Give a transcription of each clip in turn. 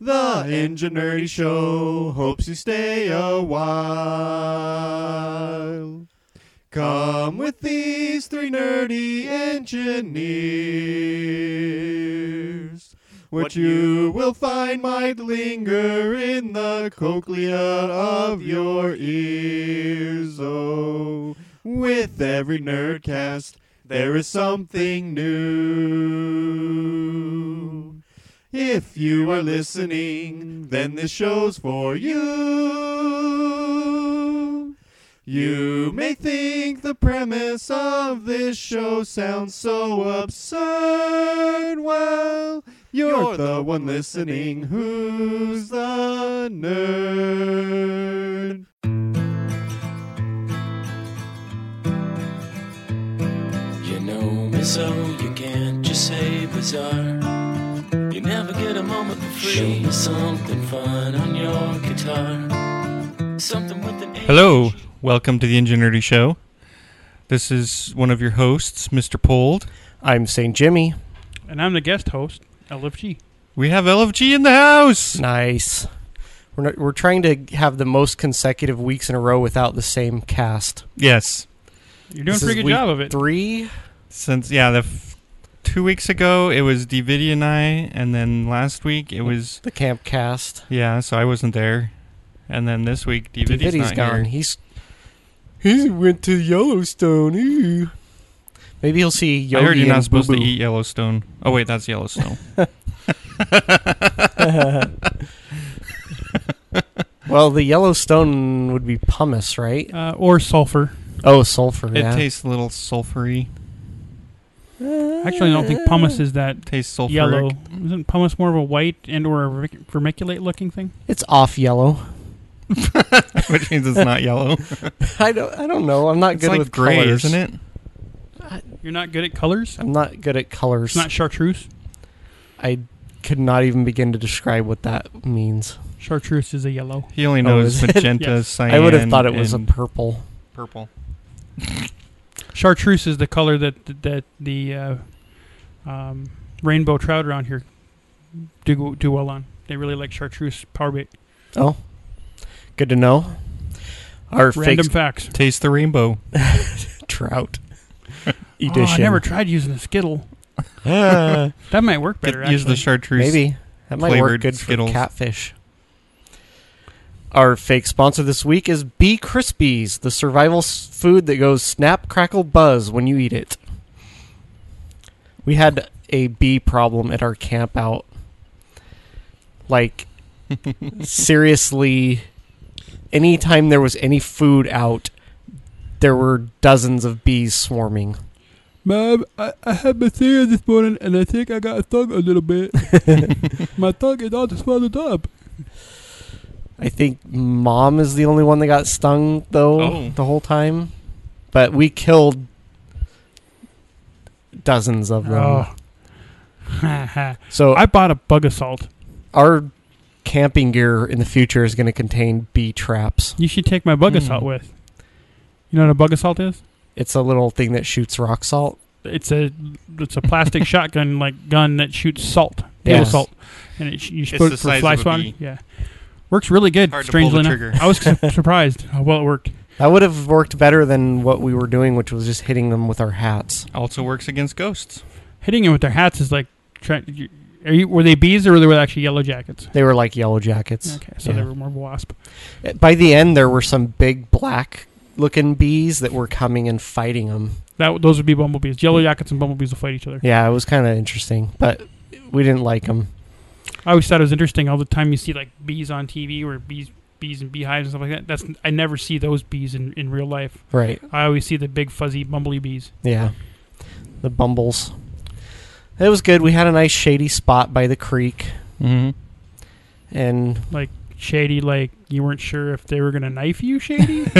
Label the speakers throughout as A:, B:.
A: The Ingenuity Show hopes you stay a while. Come with these three nerdy engineers. What you will find might linger in the cochlea of your ears. Oh, with every nerdcast, there is something new. If you are listening, then this show's for you. You may think the premise of this show sounds so absurd. Well, you're, the one listening who's the nerd.
B: You know me so you can't just say bizarre. You never get a moment for free. Show me something fun on your guitar. Something with an
C: Hello, welcome to the Ingenuity Show. This is one of your hosts, Mr. Pold.
D: I'm St. Jimmy.
E: And I'm the guest host, LFG.
C: We have LFG in the house.
D: Nice. We're, not, we're trying to have the most consecutive weeks in a row without the same cast.
C: Yes,
E: You're doing
D: This
E: a
D: is
E: pretty good
D: week
E: job of it.
D: Three.
C: since yeah, the f- two weeks ago it was DVD and I, and then last week it was
D: The camp cast.
C: yeah, so I wasn't there, and then this week DVD's
D: Davidi's
C: not here.
D: gone. He's he went to Yellowstone. Ooh. Maybe he'll see Yogi
C: I heard you're
D: and
C: not supposed
D: Boo
C: to
D: Boo.
C: eat Yellowstone. Oh wait, that's Yellowstone.
D: Well, the Yellowstone would be pumice, right?
E: Uh, or sulfur.
D: Oh, sulfur.
C: It
D: yeah.
C: tastes a little sulfury.
E: Actually, I don't think pumice is that
C: Tastes sulfuric.
E: yellow. Isn't pumice more of a white and or a vermic- vermiculate looking thing?
D: it's off yellow.
C: which means it's not yellow.
D: I don't. I don't know. I'm not
C: it's
D: good
C: like
D: with
C: gray,
D: colors.
C: isn't it?
E: You're not good at colors.
D: I'm not good at colors.
E: It's not chartreuse.
D: I could not even begin to describe what that means.
E: Chartreuse is a yellow.
C: He only
D: Oh,
C: knows
D: is it?
C: magenta,
E: Yes.
C: cyan.
D: I would have thought it was a
C: and
D: purple.
C: purple.
E: Chartreuse is the color that that the uh, um, rainbow trout around here do do well on. They really like chartreuse power bait.
D: Oh, good to know. Our
E: Random
D: fake
E: facts.
C: Taste the rainbow.
D: trout
E: Oh,
D: edition.
E: I never tried using a skittle.
D: Ah,
E: That might work better.
C: Get- use the
E: actually.
C: chartreuse.
D: maybe that might work
C: Flavored
D: good for
C: Skittles.
D: catfish. Our fake sponsor this week is Bee Crispies, the survival s- food that goes snap, crackle, buzz when you eat it. We had a bee problem at our camp out. Like, seriously, anytime there was any food out, there were dozens of bees swarming.
E: Mom, I, I had my cereal this morning and I think I got stung a little bit. my tongue is all swallowed up.
D: I think mom is the only one that got stung though
C: Oh.
D: the whole time. But we killed dozens of them.
E: Oh. I
D: So
E: bought a bug assault.
D: our camping gear in the future is going to contain bee traps.
E: You should take my bug
C: Hmm.
E: assault with. You know what a bug assault is?
D: It's a little thing that shoots rock salt.
E: It's a it's a plastic shotgun like gun that shoots salt, table
D: Yes.
E: salt, and it, sh- you shoot
C: the
E: it for
C: size
E: fly
C: of a
E: spawning.
C: bee.
E: Yeah, works really good.
C: Hard to pull
E: strangely
C: the
E: enough,
C: trigger.
E: I was su- surprised how well it worked.
D: That would have worked better than what we were doing, which was just hitting them with our hats.
C: Also works against ghosts.
E: Hitting them with their hats is like. Try, you- are you, were they bees or were they actually yellow jackets?
D: They were like yellow jackets.
E: Okay, so
D: Yeah.
E: they were more of a wasp.
D: By the end, there were some big black looking bees that were coming and fighting them.
E: That those would be bumblebees. Yellow jackets and bumblebees will fight each other.
D: Yeah, it was kind of interesting, but we didn't like them.
E: I always thought it was interesting all the time you see like bees on TV where bees bees and beehives and stuff like that. That's I never see those bees in, in real life.
D: Right.
E: I always see the big fuzzy bumbly bees.
D: Yeah. The bumbles. It was good. We had a nice shady spot by the creek
C: hmm
D: and
E: Shady, like you weren't sure if they were gonna knife you, Shady.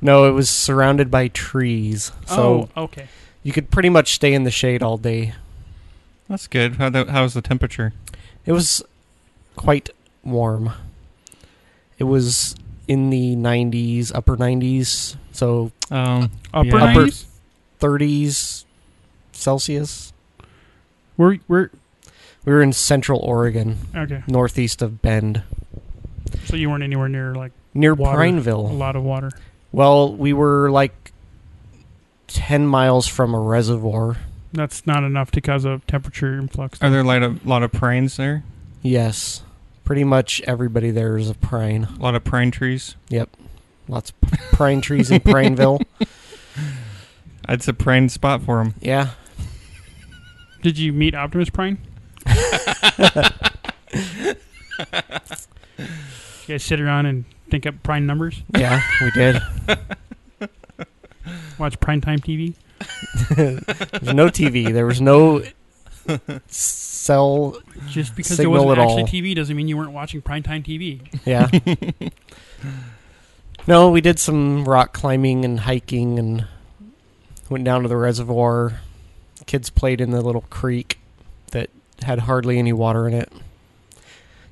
D: no, it was surrounded by trees. So
E: oh, okay.
D: you could pretty much stay in the shade all day.
C: That's good. How the, how's the temperature?
D: It was quite warm. It was in the 90s, upper 90s, so
C: Um,
E: Upper
C: Yeah.
D: Upper-
E: 90s?
D: 30s Celsius.
E: We're we're
D: We were in central Oregon,
E: okay.
D: northeast of Bend,
E: So you weren't anywhere near like
D: near
E: Water. a
D: Prineville.
E: lot of water.
D: Well, we were like 10 miles from a reservoir.
E: That's not enough to cause a temperature influx.
C: are there a lot of, lot of pines there?
D: Yes. Pretty much everybody there is a pine.
C: A lot of pine trees?
D: Lots of p- pine trees in Prineville.
C: It's a prime spot for them.
D: Yeah.
E: Did you meet Optimus Prime? you guys sit around and think up prime numbers.
D: Yeah, we did.
E: Watch prime time TV.
D: There's no TV. There was no cell.
E: Just because
D: Signal
E: there wasn't
D: at
E: actually
D: all.
E: TV doesn't mean you weren't watching primetime TV.
D: Yeah. No, we did some rock climbing and hiking and went down to the reservoir. Kids played in the little creek that had hardly any water in it.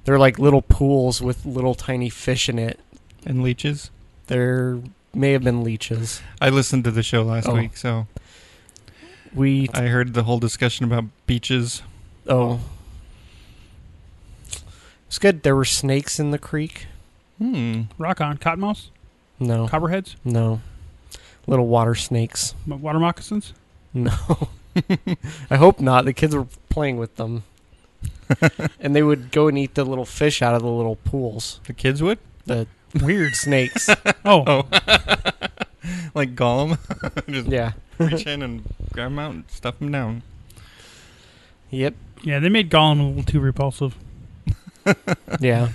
D: They're like little pools with little tiny fish in it.
C: And leeches?
D: There may have been leeches.
C: I listened to the show last
D: Oh.
C: week, so
D: We
C: I heard the whole discussion about beaches.
D: Oh. It's good. There were snakes in the creek.
C: Hmm.
E: Rock on. Cottonmouths?
D: No.
E: Copperheads?
D: No. Little water snakes.
E: m- Water moccasins?
D: No. I hope not. The kids were playing with them. and they would go and eat the little fish out of the little pools.
C: The kids would?
D: The weird snakes.
E: Oh,
C: Oh. like Gollum? Just
D: Yeah.
C: reach in and grab them out and stuff them down.
D: Yep.
E: yeah. They made Gollum a little too repulsive.
D: Yeah.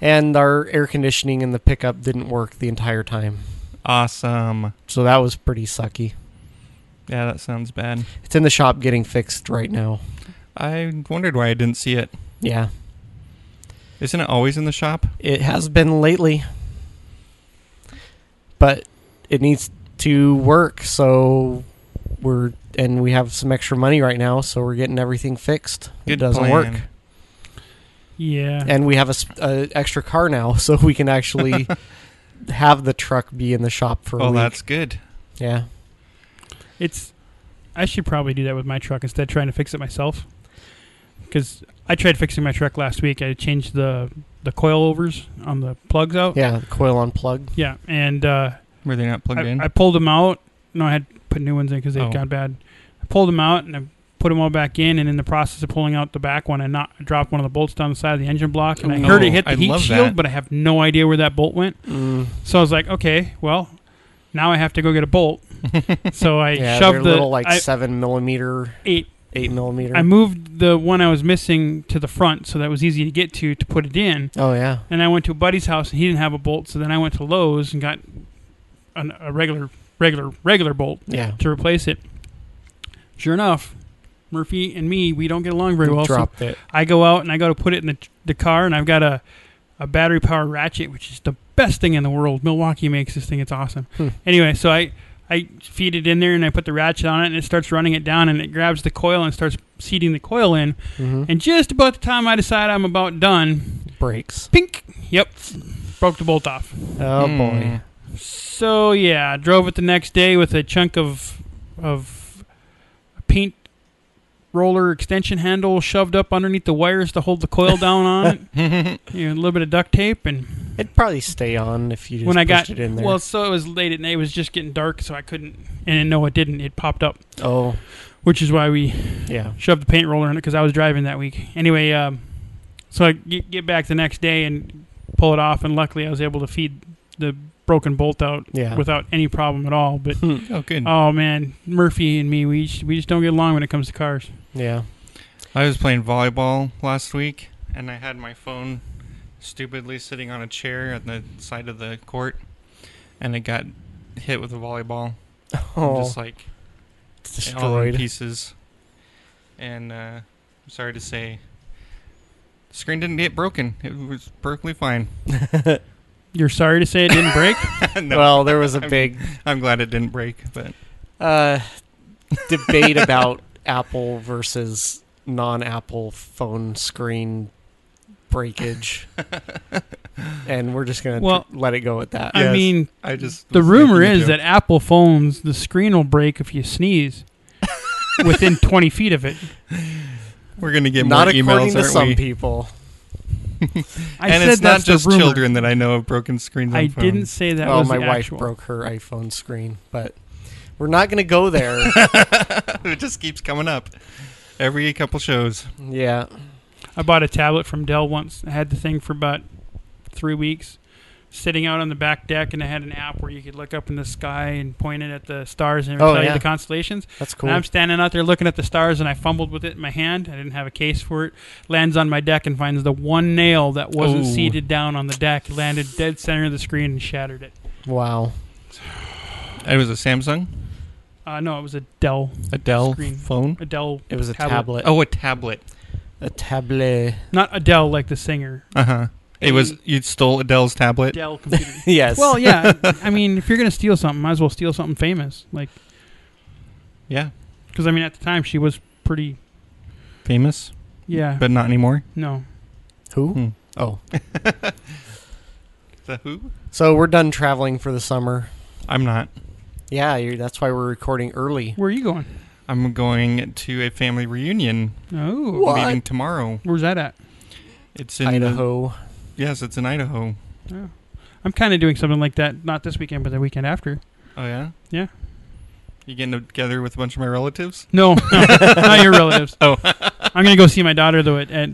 D: And our air conditioning in the pickup didn't work the entire time.
C: Awesome.
D: So that was pretty sucky.
C: Yeah, that sounds bad.
D: It's in the shop getting fixed right now.
C: I wondered why I didn't see it.
D: Yeah.
C: Isn't it always in the shop?
D: It has been lately. But it needs to work, so we're and we have some extra money right now, so we're getting everything fixed. it
C: Good
D: doesn't
C: plan.
D: work.
E: Yeah.
D: And we have a, sp- a extra car now, so we can actually have the truck be in the shop for a
C: Oh,
D: week.
C: that's good.
D: yeah.
E: It's. I should probably do that with my truck instead of trying to fix it myself. Because I tried fixing my truck last week. I changed the the coilovers on the plugs out.
D: Yeah, coil unplugged.
E: Yeah, and uh,
C: Were they not plugged
E: I,
C: in?
E: I pulled them out. No, I had to put new ones in because they had
C: Oh.
E: gone bad. I pulled them out and I put them all back in. And in the process of pulling out the back one, I not I dropped one of the bolts down the side of the engine block, and I
C: Ooh.
E: heard it hit the
C: Oh, I
E: heat
C: love
E: shield,
C: that.
E: but I have no idea where that bolt went.
D: Mm,
E: So I was like, okay, well, now I have to go get a bolt. so I
D: yeah, they're
E: shoved the
D: little like
E: I,
D: seven millimeter,
E: eight
D: eight millimeter.
E: I moved the one I was missing to the front, so that was easy to get to to put it in.
D: oh yeah,
E: And I went to a buddy's house, and he didn't have a bolt, so then I went to Lowe's and got an, a regular, regular, regular bolt
D: yeah.
E: to replace it. Sure enough, Murphy and me we don't get along very well. So
D: dropped it.
E: I go out and I go to put it in the the car, and I've got a a battery powered ratchet, which is the best thing in the world. Milwaukee makes this thing; it's awesome.
D: Hmm.
E: Anyway, so I I feed it in there and I put the ratchet on it, and it starts running it down, and it grabs the coil and starts seating the coil in.
D: hmm
E: And just about the time I decide I'm about done,
D: Brakes.
E: pink, yep, broke the bolt off.
D: Oh
C: Hmm.
D: boy.
E: So yeah, I drove it the next day with a chunk of of paint roller extension handle shoved up underneath the wires to hold the coil down on it, you know, a little bit of duct tape, and
D: It'd probably stay on if you just
E: when I
D: pushed
E: got
D: it in there.
E: well, so it was late at night, it was just getting dark, so I couldn't, and no, it didn't, it popped up,
D: oh,
E: which is why we
D: yeah.
E: shoved the paint roller in it because I was driving that week. Anyway, um, so I get, get back the next day and pull it off, and luckily I was able to feed the broken bolt out
D: Yeah.
E: without any problem at all. But
C: oh, good.
E: oh man, Murphy and me, we just, we just don't get along when it comes to cars.
D: Yeah.
C: I was playing volleyball last week, and I had my phone stupidly sitting on a chair on the side of the court, and it got hit with a volleyball.
D: Oh,
C: Just like all in
D: destroyed.
C: pieces. And uh, I'm sorry to say, the screen didn't get broken. It was perfectly fine.
E: You're sorry to say it didn't break?
C: no,
D: Well, there was a
C: I'm-
D: big
C: I'm glad it didn't break, but
D: uh, debate about Apple versus non-Apple phone screen breakage, and we're just gonna
E: Well,
D: let it go at that.
E: I
C: Yes.
E: mean,
C: I just
E: the
C: was
E: rumor
C: making a
E: is
C: joke.
E: that Apple phones, the screen will break if you sneeze within 20 feet of it.
C: we're gonna get
D: Not
C: more
D: according
C: emails,
D: to
C: aren't
D: some
C: we?
D: people.
E: I
C: and
E: said
C: it's not
E: that's the
C: just
E: rumor.
C: children that I know have broken screens. On Oh,
E: I
C: phones.
E: didn't say that
D: well,
E: was
D: my
E: the
D: wife
E: actual.
D: broke her iPhone screen, but we're not gonna go there.
C: it just keeps coming up every couple shows.
D: yeah,
E: I bought a tablet from Dell once. I had the thing for about three weeks, sitting out on the back deck, and I had an app where you could look up in the sky and point it at the stars and it would
D: Oh,
E: tell
D: yeah.
E: you the constellations.
D: that's
E: And
D: cool.
E: I'm standing out there looking at the stars, and I fumbled with it in my hand. I didn't have a case for it. Lands on my deck and finds the one nail that wasn't
C: Ooh.
E: seated down on the deck. Landed dead center of the screen and shattered it.
D: wow.
C: It was a Samsung,
E: Uh, no, it was a Dell,
C: a Dell
E: Screen.
C: phone.
E: a Dell,
D: It was a
E: Tablet.
D: tablet.
C: Oh, a tablet.
D: A tablet.
E: not Adele like the singer.
C: Uh huh. It was you stole Adele's tablet.
E: Dell computer.
D: Yes.
E: well, yeah. I mean, if you're gonna steal something, might as well steal something famous. Like,
C: Yeah,
E: because I mean, at the time she was pretty.
C: famous,
E: Yeah.
C: but not anymore.
E: no.
D: who?
C: Hmm.
D: Oh,
C: The who?
D: so we're done traveling for the summer.
C: I'm not.
D: Yeah, you're, that's why we're recording early.
E: Where are you going?
C: I'm going to a family reunion
E: Oh.
D: What?
C: meeting tomorrow.
E: Where's that at?
C: It's in
D: Idaho.
C: yes, it's in Idaho.
E: I'm kind of doing something like that. Not this weekend, but the weekend after.
C: Oh yeah.
E: Yeah.
C: You getting together with a bunch of my relatives?
E: No, no not your relatives. Oh. I'm gonna go see my daughter though at, at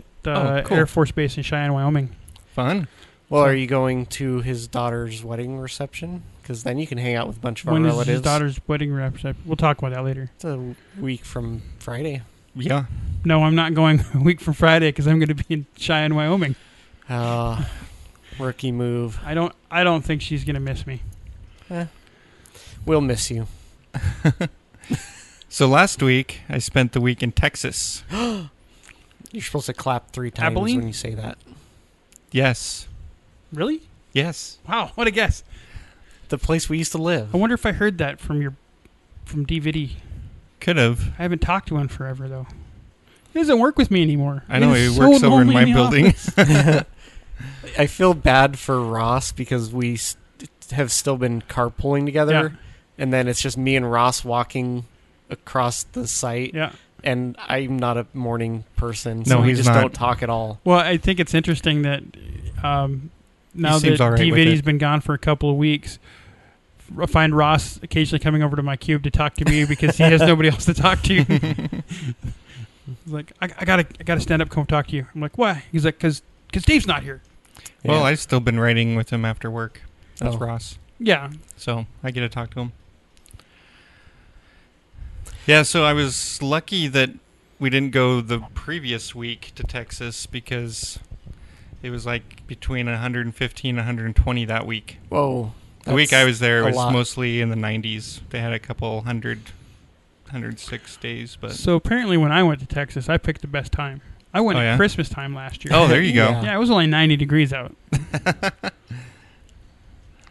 C: Oh,
E: uh,
C: cool.
E: Air Force Base in Cheyenne, Wyoming.
C: Fun.
D: Well, are you going to his daughter's wedding reception? Because then you can hang out with a bunch of
E: When
D: our
E: is
D: relatives.
E: his daughter's wedding reception? We'll talk about that later.
D: It's a week from Friday.
C: Yeah.
E: No, I'm not going a week from Friday because I'm gonna be in Cheyenne, Wyoming.
D: Uh, rookie move.
E: I don't. I don't think she's gonna miss me.
D: We'll miss you.
C: So last week I spent the week in Texas.
D: You're supposed to clap three times
E: Abilene?
D: when you say that.
C: Yes.
E: Really?
C: Yes.
E: Wow. What a guess.
D: The place we used to live.
E: I wonder if I heard that from your from DVD.
C: Could have.
E: I haven't talked to one forever though. He doesn't work with me anymore.
C: I know
E: It
C: he
E: is
C: works
E: so
C: over in
E: lonely
C: my
E: the
C: building.
E: office.
D: I feel bad for Ross because we st- have still been carpooling together,
E: Yeah.
D: and then it's just me and Ross walking across the site.
E: yeah.
D: And I'm not a morning person, so
C: No,
D: we
C: he's
D: just
C: not.
D: don't talk at all.
E: Well, I think it's interesting that um, now that
C: seems all right with
E: DVD's
C: it.
E: been gone for a couple of weeks, I find Ross occasionally coming over to my cube to talk to me because he has nobody else to talk to. He's like, I, I gotta, I gotta stand up, come talk to you. I'm like, why? He's like, cause, cause Dave's not here.
C: Well,
D: Yeah.
C: I've still been writing with him after work. That's
D: Oh.
C: Ross.
E: Yeah,
C: So I get to talk to him. Yeah, so I was lucky that we didn't go the previous week to Texas because it was like between 115 and 120 that week.
D: Whoa.
C: the week I was there,
D: a
C: it was
D: lot.
C: mostly in the 90s. They had a couple hundred, 106 days, but
E: So apparently, when I went to Texas, I picked the best time. I went
C: Oh,
E: at
C: yeah?
E: Christmas time last year.
C: oh, there you go.
D: Yeah.
E: yeah, it was only 90 degrees out.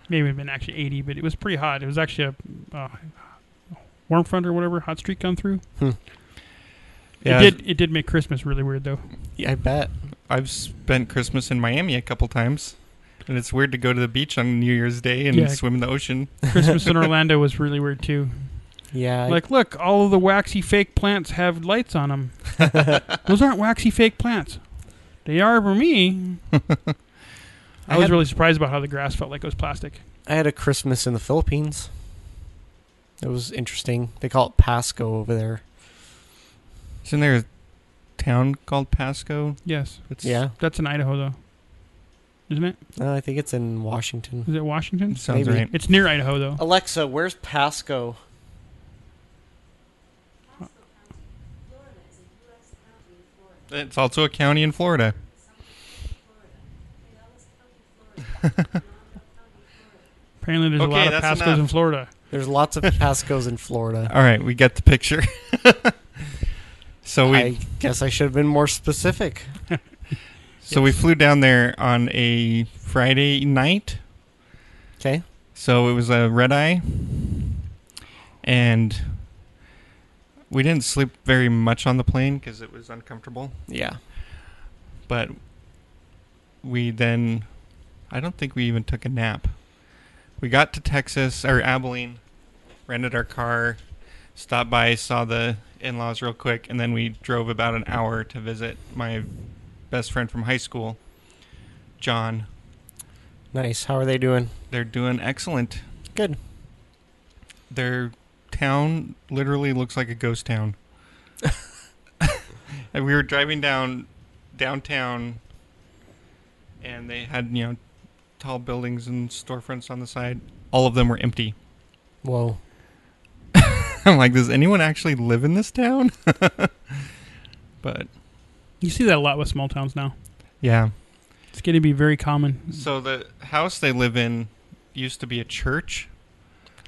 E: Maybe it'd been actually 80, but it was pretty hot. It was actually a uh, warm front or whatever hot streak gone through.
C: Yeah,
E: It did. It did make Christmas really weird though.
D: Yeah, I bet.
C: I've spent Christmas in Miami a couple times, and it's weird to go to the beach on New Year's Day and
E: Yeah.
C: swim in the ocean.
E: Christmas in Orlando was really weird too.
D: Yeah.
E: Like, look, all of the waxy fake plants have lights on them. Those aren't waxy fake plants. They are for me. I,
D: I
E: was
D: had-
E: really surprised about how the grass felt like it was plastic.
D: I had a Christmas in the Philippines. It was interesting. They call it Pasco over there.
C: Isn't there a town called Pasco?
E: Yes,
C: It's,
D: Yeah.
E: that's in Idaho though, isn't it?
D: No, I think it's in Washington.
E: Is it Washington?
C: Sounds
D: Maybe.
C: right.
E: It's near Idaho though.
D: Alexa, where's Pasco?
C: It's also a county in Florida.
E: Apparently, there's
C: Okay,
E: a lot of
C: that's
E: Pascos
C: enough.
E: in Florida.
D: There's lots of Pascos in Florida.
C: All right, we got the picture. so we
D: I guess I should have been more specific.
C: so we flew down there on a Friday night.
D: Okay.
C: So it was a red eye, and we didn't sleep very much on the plane because it was uncomfortable.
D: Yeah.
C: But we then, I don't think we even took a nap. We got to Texas or Abilene, rented our car, stopped by, saw the in-laws real quick, and then we drove about an hour to visit my best friend from high school, John.
D: Nice. How are they doing?
C: They're doing excellent.
D: Good.
C: their town literally looks like a ghost town. and we were driving down downtown, and they had you know tall buildings and storefronts on the side. All of them were empty.
D: Whoa.
C: I'm like, does anyone actually live in this town? but
E: You see that a lot with small towns now.
C: yeah.
E: It's going to be very common.
C: So the house they live in used to be a church,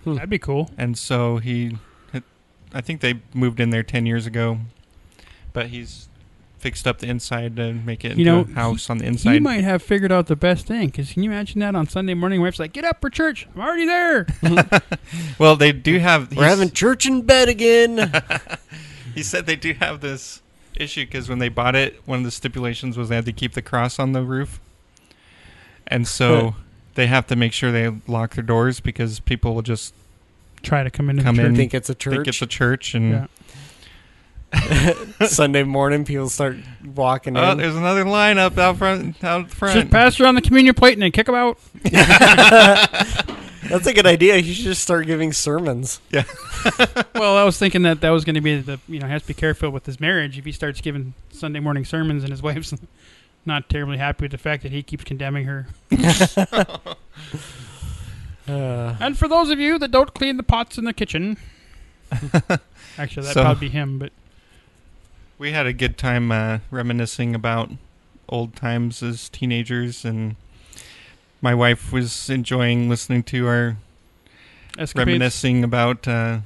E: That'd be cool.
C: and so he, I think they moved in there ten years ago, but he's fixed up the inside to make it into
E: You know,
C: a house on the
E: You
C: inside.
E: might have figured out the best thing. Because can you imagine that on Sunday morning? Wife's like, "Get up for church. I'm already there."
C: well, they do have.
D: We're having church in bed again.
C: He said they do have this issue because when they bought it, one of the stipulations was they had to keep the cross on the roof, and so they have to make sure they lock their doors because people will just
E: Try to come into
C: Come
E: the church.
C: in.
D: think it's a
C: think it's
D: church.
C: a church and.
E: Yeah.
D: Sunday morning, people start walking
C: Oh,
D: in.
C: there's another line up out front. Out front.
E: Just pass around the communion plate and then kick them out.
D: That's a good idea. You should just start giving sermons.
E: Well, I was thinking that that was going to be the you know has to be careful with his marriage if he starts giving Sunday morning sermons and his wife's not terribly happy with the fact that he keeps condemning her.
D: Uh,
E: And for those of you that don't clean the pots in the kitchen, actually that'd
C: So-
E: probably be him. But
C: We had a good time uh, reminiscing about old times as teenagers, and my wife was enjoying listening to our
E: escapades.
C: reminiscing about uh,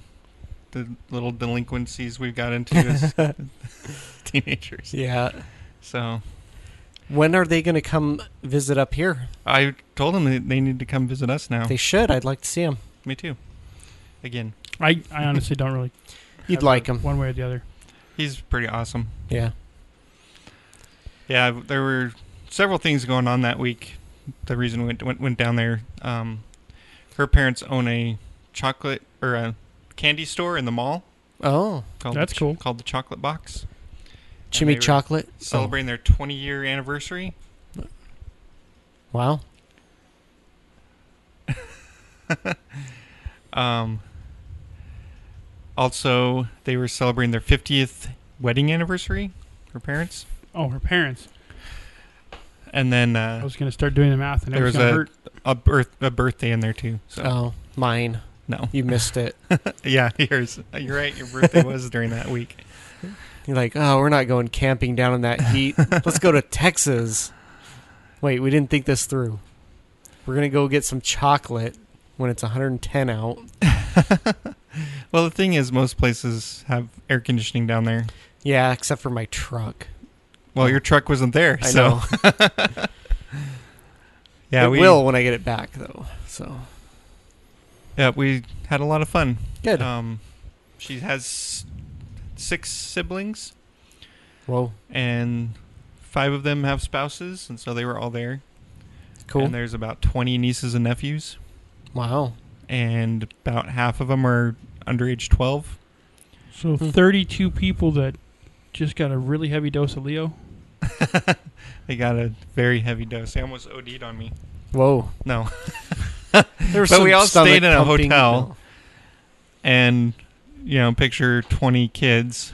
C: the little delinquencies we got into as teenagers.
D: yeah.
C: So
D: When are they going to come visit up here?
C: I told them that they need to come visit us now.
D: They should. I'd like to see them.
C: Me too. Again,
E: I, I honestly don't really.
D: You'd
E: have
D: like
E: a-
D: them.
E: one way or the other.
C: he's pretty awesome.
D: Yeah.
C: Yeah, there were several things going on that week. The reason we went, went, went down there, um, her parents own a chocolate or a candy store in the mall
D: Oh.
C: called
E: That's
C: the, Ch-
E: cool. Oh.
C: called the Chocolate Box,
D: Jimmy
C: were
D: Chocolate.
C: celebrating their 20 year anniversary.
D: Wow.
C: Um, also, they were celebrating their 50th wedding anniversary, her parents.
E: Oh, her parents.
C: And then
E: I
C: uh,
E: was going to start doing the math, and it
C: There
E: Oh, was
C: was
E: going to
C: a-
E: hurt.
C: a birth a birthday in there too. So
D: Oh, mine.
C: no,
D: You missed it.
C: yeah, yours. You're right. Your birthday was during that week.
D: You're like, oh, we're not going camping down in that heat. Let's go to Texas. Wait, we didn't think this through. We're going to go get some chocolate when it's 110 out.
C: Well, the thing is, most places have air conditioning down there.
D: Yeah, except for my truck.
C: Well, your truck wasn't there,
D: I
C: so
D: know.
C: yeah,
D: it
C: we
D: will when I get it back, though. So
C: yeah we had a lot of fun.
D: good.
C: Um, she has six siblings,
D: Whoa,
C: and five of them have spouses, and so they were all there.
D: cool.
C: And there's about 20 nieces and nephews,
D: Wow.
C: and about half of them are under age 12.
E: So
D: Hmm.
E: 32 people that just got a really heavy dose of Leo.
C: They got a very heavy dose. They almost OD'd on me.
D: Whoa.
C: No.
D: There was
C: But we all
D: stomach
C: stayed in a
D: pumping-
C: hotel. and you know picture 20 kids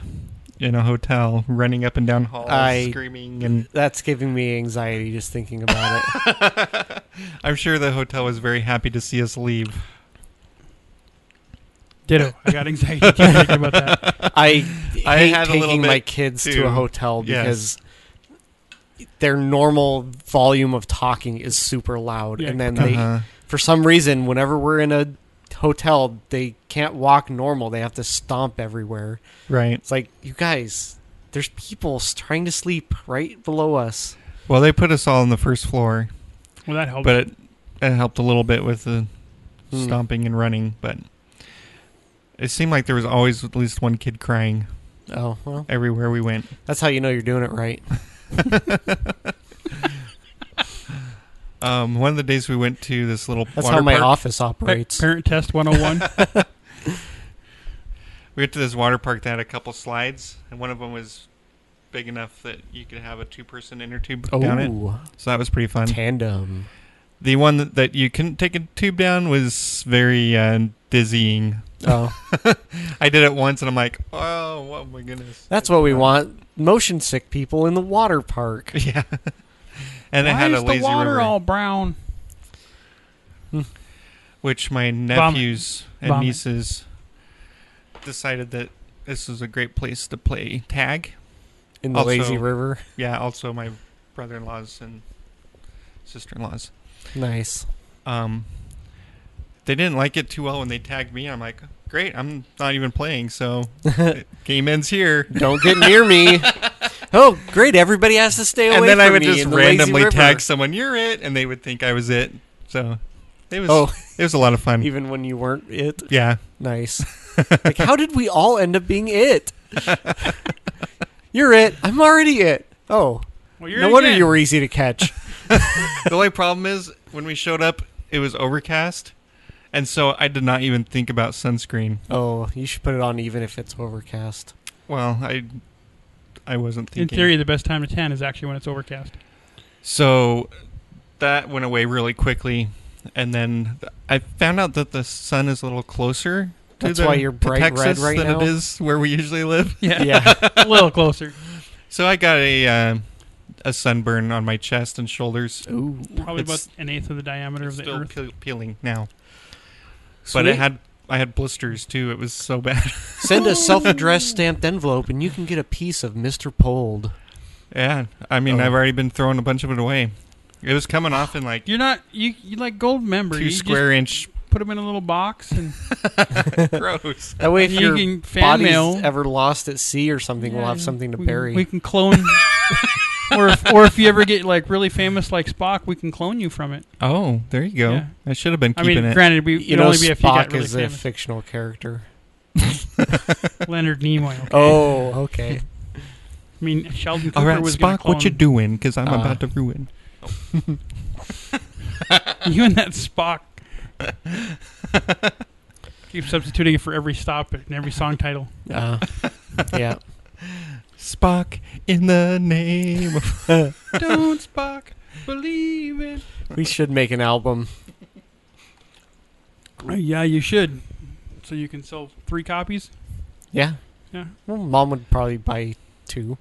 C: in a hotel running up and down halls
D: I-
C: screaming and
D: That's giving me anxiety just thinking about it.
C: i'm sure the hotel was very happy to see us leave
E: Ditto. I got anxiety just thinking about that.
D: I
C: I
D: hate
C: had a little
D: taking
C: bit
D: my kids to
C: too.
D: a hotel
C: Yes.
D: because their normal volume of talking is super loud,
E: Yeah.
D: and then they
C: Uh-huh.
D: for some reason, whenever we're in a hotel, they can't walk normal. They have to stomp everywhere.
C: Right.
D: It's like, you guys, there's people s- trying to sleep right below us.
C: Well, they put us all on the first floor,
E: Well, that helped.
C: but it, it helped a little bit with the
D: Hmm.
C: stomping and running. But it seemed like there was always at least one kid crying
D: Oh, well,
C: everywhere we went.
D: that's how you know you're doing it right.
C: Um, one of the days we went to this little
D: That's
C: water
D: how my
C: park.
D: office
E: Pa-
D: operates.
E: Parent test 101.
C: we went to this water park that had a couple slides, and one of them was big enough that you could have a two-person inner tube down it.
D: Oh,
C: So that was pretty fun.
D: tandem.
C: The one that, that you couldn't take a tube down was very uh, dizzying.
D: Oh,
C: I did it once, and I'm like, oh, oh my goodness.
D: that's what we want. Motion sick people in the water park.
C: Yeah. and
E: Why
C: it had
E: is
C: a lazy
E: the water
C: river,
E: all brown?
C: which my nephews and
E: Vomit.
C: nieces decided that this was a great place to play tag.
D: in the
C: Also-
D: lazy river.
C: Yeah, also my brother-in-laws and sister-in-laws.
D: Nice.
C: Um, they didn't like it too well when they tagged me. I'm like, great, I'm not even playing, so game ends here.
D: Don't get near me. Oh, great! Everybody has to stay away.
C: and then
D: from
C: I would
D: me
C: just
D: in the lazy
C: randomly
D: river.
C: tag someone, "You're it," and they would think I was it. So it was
D: Oh.
C: it was a lot of fun.
D: even when you weren't it.
C: yeah,
D: Nice. like, how did we all end up being it? You're it. I'm already it. Oh,
E: Well, you're
D: no
E: it
D: wonder
E: again.
D: you were easy to catch.
C: the only problem is when we showed up, it was overcast, and so I did not even think about sunscreen.
D: Oh, you should put it on even if it's overcast.
C: Well, I I wasn't
E: In
C: thinking.
E: theory, the best time to tan is actually when it's overcast.
C: So that went away really quickly, and then th- I found out that the sun is a little closer. To
D: That's
C: the-
D: why you're
C: to
D: bright red
C: Texas
D: right
C: than
D: now.
C: it is where we usually live.
E: Yeah,
D: Yeah.
E: a little closer.
C: So I got a uh, a sunburn on my chest and shoulders.
D: Ooh.
E: Probably
C: It's-
E: about an eighth of the diameter of
C: It's
E: the
C: still
E: Earth.
C: peel- peeling now, but I had I had blisters too. It was so bad.
D: Send a self-addressed stamped envelope, and you can get a piece of Mister Pold.
C: yeah, I mean
D: Oh.
C: I've already been throwing a bunch of it away. It was coming off in like
E: You're not you. You like gold member.
C: two
E: you
C: square inch.
E: Just put them in a little box and
C: Gross.
D: That way, if
E: You
D: your
E: can fan
D: body's
E: mail.
D: ever lost at sea or something, we'll
E: Yeah,
D: have something to
E: we,
D: bury.
E: We can clone. or if, or if you ever get like really famous like Spock, we can clone you from it.
C: Oh, there you go.
E: Yeah.
C: I should have been
E: I
C: keeping
E: mean,
C: it.
E: granted, we
D: you
E: it'd
D: know,
E: only be if you
D: Spock
E: got really
D: is a
E: famous.
D: fictional character.
E: Leonard Nimoy. okay.
D: Oh, okay.
E: I mean Sheldon Cooper
C: All right,
E: was gonna
C: Spock, what you
E: clone-
C: doing? Because I'm
D: Uh.
C: about to ruin.
E: You and that Spock. Keep substituting it for every stop and every song title.
D: Uh, yeah.
C: Spock in the name of
E: Don't Spock believe it.
D: We should make an album.
E: Yeah, you should. So you can sell three copies.
D: Yeah.
E: Yeah.
D: Well, mom would probably buy two.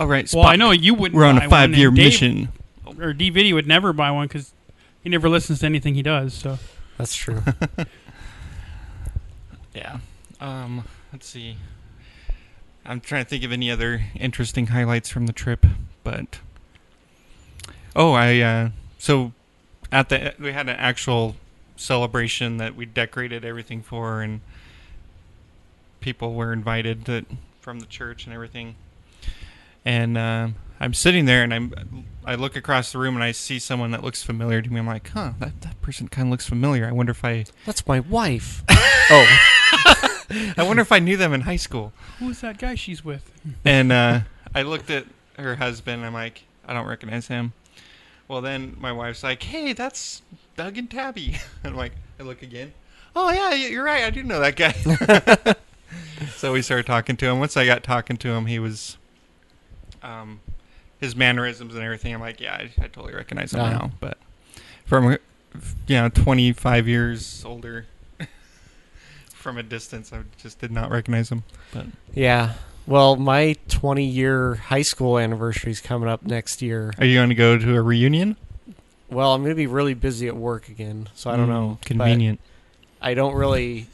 C: All right, Spock.
E: Well, I know you wouldn't.
C: we're on
E: buy
C: a
E: one, and
C: five-year
E: Dave-
C: mission.
E: Or DVD would never buy one because he never listens to anything he does. So
D: That's true.
C: Yeah. Um, let's see. I'm trying to think of any other interesting highlights from the trip, but oh, I uh, so at the we had an actual celebration that we decorated everything for, and people were invited to, from the church and everything. And uh, I'm sitting there, and I'm I look across the room, and I see someone that looks familiar to me. I'm like, huh, that that person kind of looks familiar. I wonder if I
D: That's my wife. Oh,
C: I wonder if I knew them in high school.
E: who's that guy she's with?
C: And uh, I looked at her husband. I'm like, I don't recognize him. Well, then my wife's like, Hey, that's Doug and Tabby. And I'm like, I look again. Oh yeah, y- you're right. I do know that guy. so we started talking to him. Once I got talking to him, he was, um, his mannerisms and everything. I'm like, yeah, I, I totally recognize him
D: Uh-huh.
C: now. But from, you know, 25 years older, from a distance, I just did not recognize him. But
D: yeah. Well, my 20 year high school anniversary is coming up next year.
C: Are you going to go to a reunion?
D: Well, I'm going to be really busy at work again, so I don't know.
C: Mm,
D: but
C: Convenient.
D: I don't really.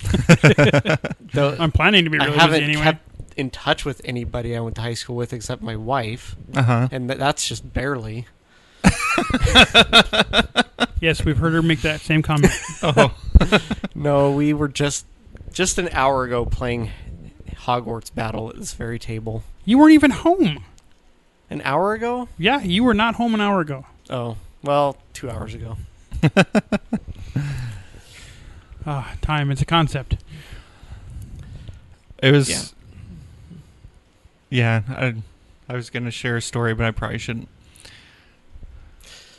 D: though-
E: Uh, I'm planning to be
D: I
E: really
D: haven't
E: busy anyway.
D: kept in touch with anybody I went to high school with except my wife,
C: Uh huh.
D: and th- that's just barely.
E: Yes, we've heard her make that same comment.
C: Oh,
D: No, we were just just an hour ago playing Hogwarts Battle at this very table.
E: You weren't even home.
D: An hour ago?
E: Yeah, you were not home an hour ago.
D: Oh, well, two hours ago.
E: Ah, time. It's a concept.
C: it was. Yeah, I, I was gonna share a story, but I probably shouldn't.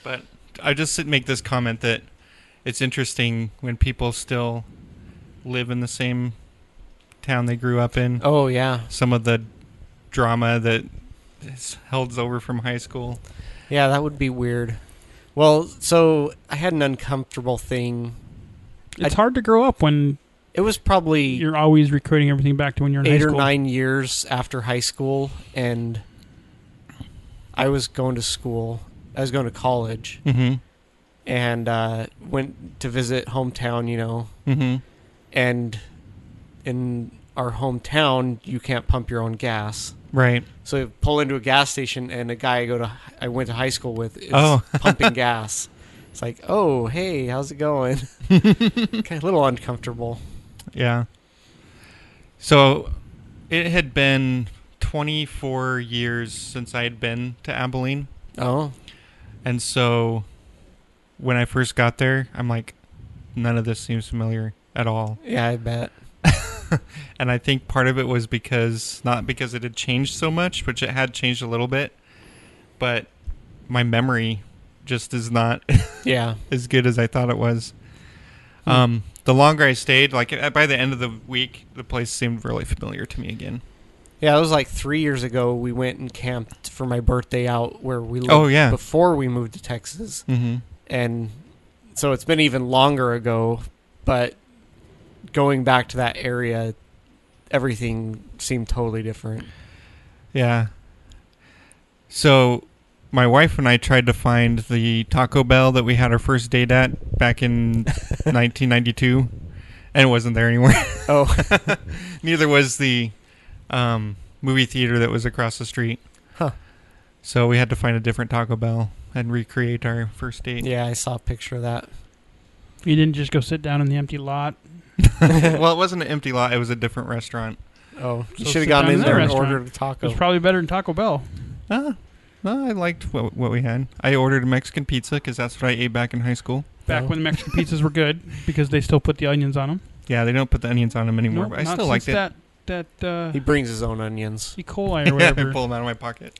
C: But I just make this comment that it's interesting when people still live in the same town they grew up in.
D: Oh yeah,
C: Some of the drama that is held over from high school.
D: yeah, that would be weird. Well, so I had an uncomfortable thing.
E: It's hard to grow up when
D: It was probably
E: you're always recruiting everything back to when you're in high
D: eight or
E: school.
D: nine years after high school, and I was going to school. I was going to college,
C: Mm-hmm.
D: and uh, went to visit hometown. You know,
C: Mm-hmm.
D: and in our hometown, you can't pump your own gas.
C: Right.
D: So I pull into a gas station, and a guy I go to, I went to high school with, is
C: Oh.
D: pumping gas. It's like, oh, hey, how's it going? kind of a little uncomfortable.
C: Yeah. So it had been 24 years since I had been to Abilene.
D: Oh,
C: And so when I first got there, I'm like, none of this seems familiar at all.
D: yeah, I bet.
C: And I think part of it was because, not because it had changed so much, which it had changed a little bit, but my memory just is not
D: Yeah,
C: as good as I thought it was. Um, the longer I stayed, like uh, by the end of the week, the place seemed really familiar to me again.
D: yeah. It was like three years ago. We went and camped for my birthday out where we lived
C: Oh, yeah.
D: before we moved to Texas.
C: Mm-hmm.
D: and so it's been even longer ago but going back to that area everything seemed totally different
C: Yeah. So my wife and I tried to find the Taco Bell that we had our first date at back in 1992, and it wasn't there anywhere.
D: oh
C: Neither was the um, movie theater that was across the street.
D: Huh.
C: So we had to find a different Taco Bell and recreate our first date.
D: yeah i saw a picture of that
E: You didn't just go sit down in the empty lot.
C: well, it wasn't an empty lot; it was a different restaurant.
D: oh you
E: So
D: should
E: sit
D: have gone
E: down
D: in
E: in that
D: there and
E: restaurant.
D: ordered a taco
E: It's probably better than Taco Bell.
C: Ah, no, I liked what, what we had. I ordered Mexican pizza because that's what I ate back in high school.
E: Back
D: Oh.
E: when the Mexican pizzas were good, because they still put the onions on them.
C: Yeah, they don't put the onions on them anymore,
E: Nope,
C: but I
E: not
C: still liked
E: since
C: it.
E: That that uh,
D: he brings his own onions
E: E. coli or
C: Yeah,
E: whatever.
C: I pull them out of my pocket.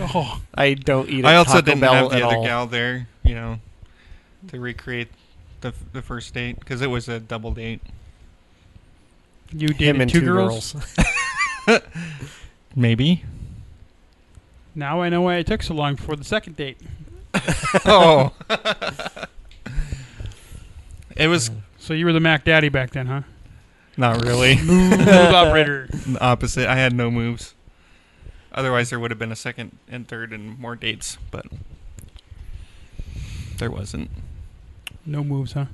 E: oh,
D: i don't eat I
C: I also
D: taco
C: didn't
D: bell
C: have the
D: at
C: other
D: all
C: gal there, you know, to recreate the the first date because it was a double date.
E: you dated
D: him and
E: two, girls?
C: Maybe.
E: Now I know why it took so long before the second date.
C: oh. it was
E: So you were the Mac Daddy back then, huh?
C: not really
E: Move operator.
C: the opposite. I had no moves. Otherwise, there would have been a second and third and more dates, but there wasn't.
E: No moves, huh?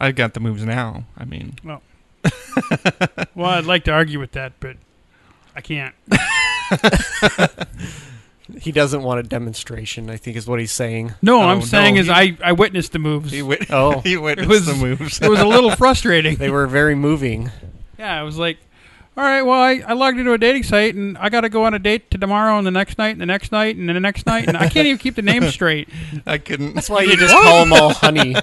C: I've got the moves now. I mean,
E: Well, I'd like to argue with that, but I can't.
D: he doesn't want a demonstration i think is what he's saying
E: No,
C: Oh,
E: I'm saying
C: no,
E: is
C: he-
E: I, I witnessed the moves.
C: he wit-
D: oh
C: he witnessed
E: was-
C: the moves.
E: it was a little frustrating.
D: they were very moving
E: Yeah, I was like, all right, well, I, I logged into a dating site and I got to go on a date to tomorrow and the next night and the next night and the next night. And I can't even keep the names straight.
C: I couldn't.
D: that's why you just call them all honey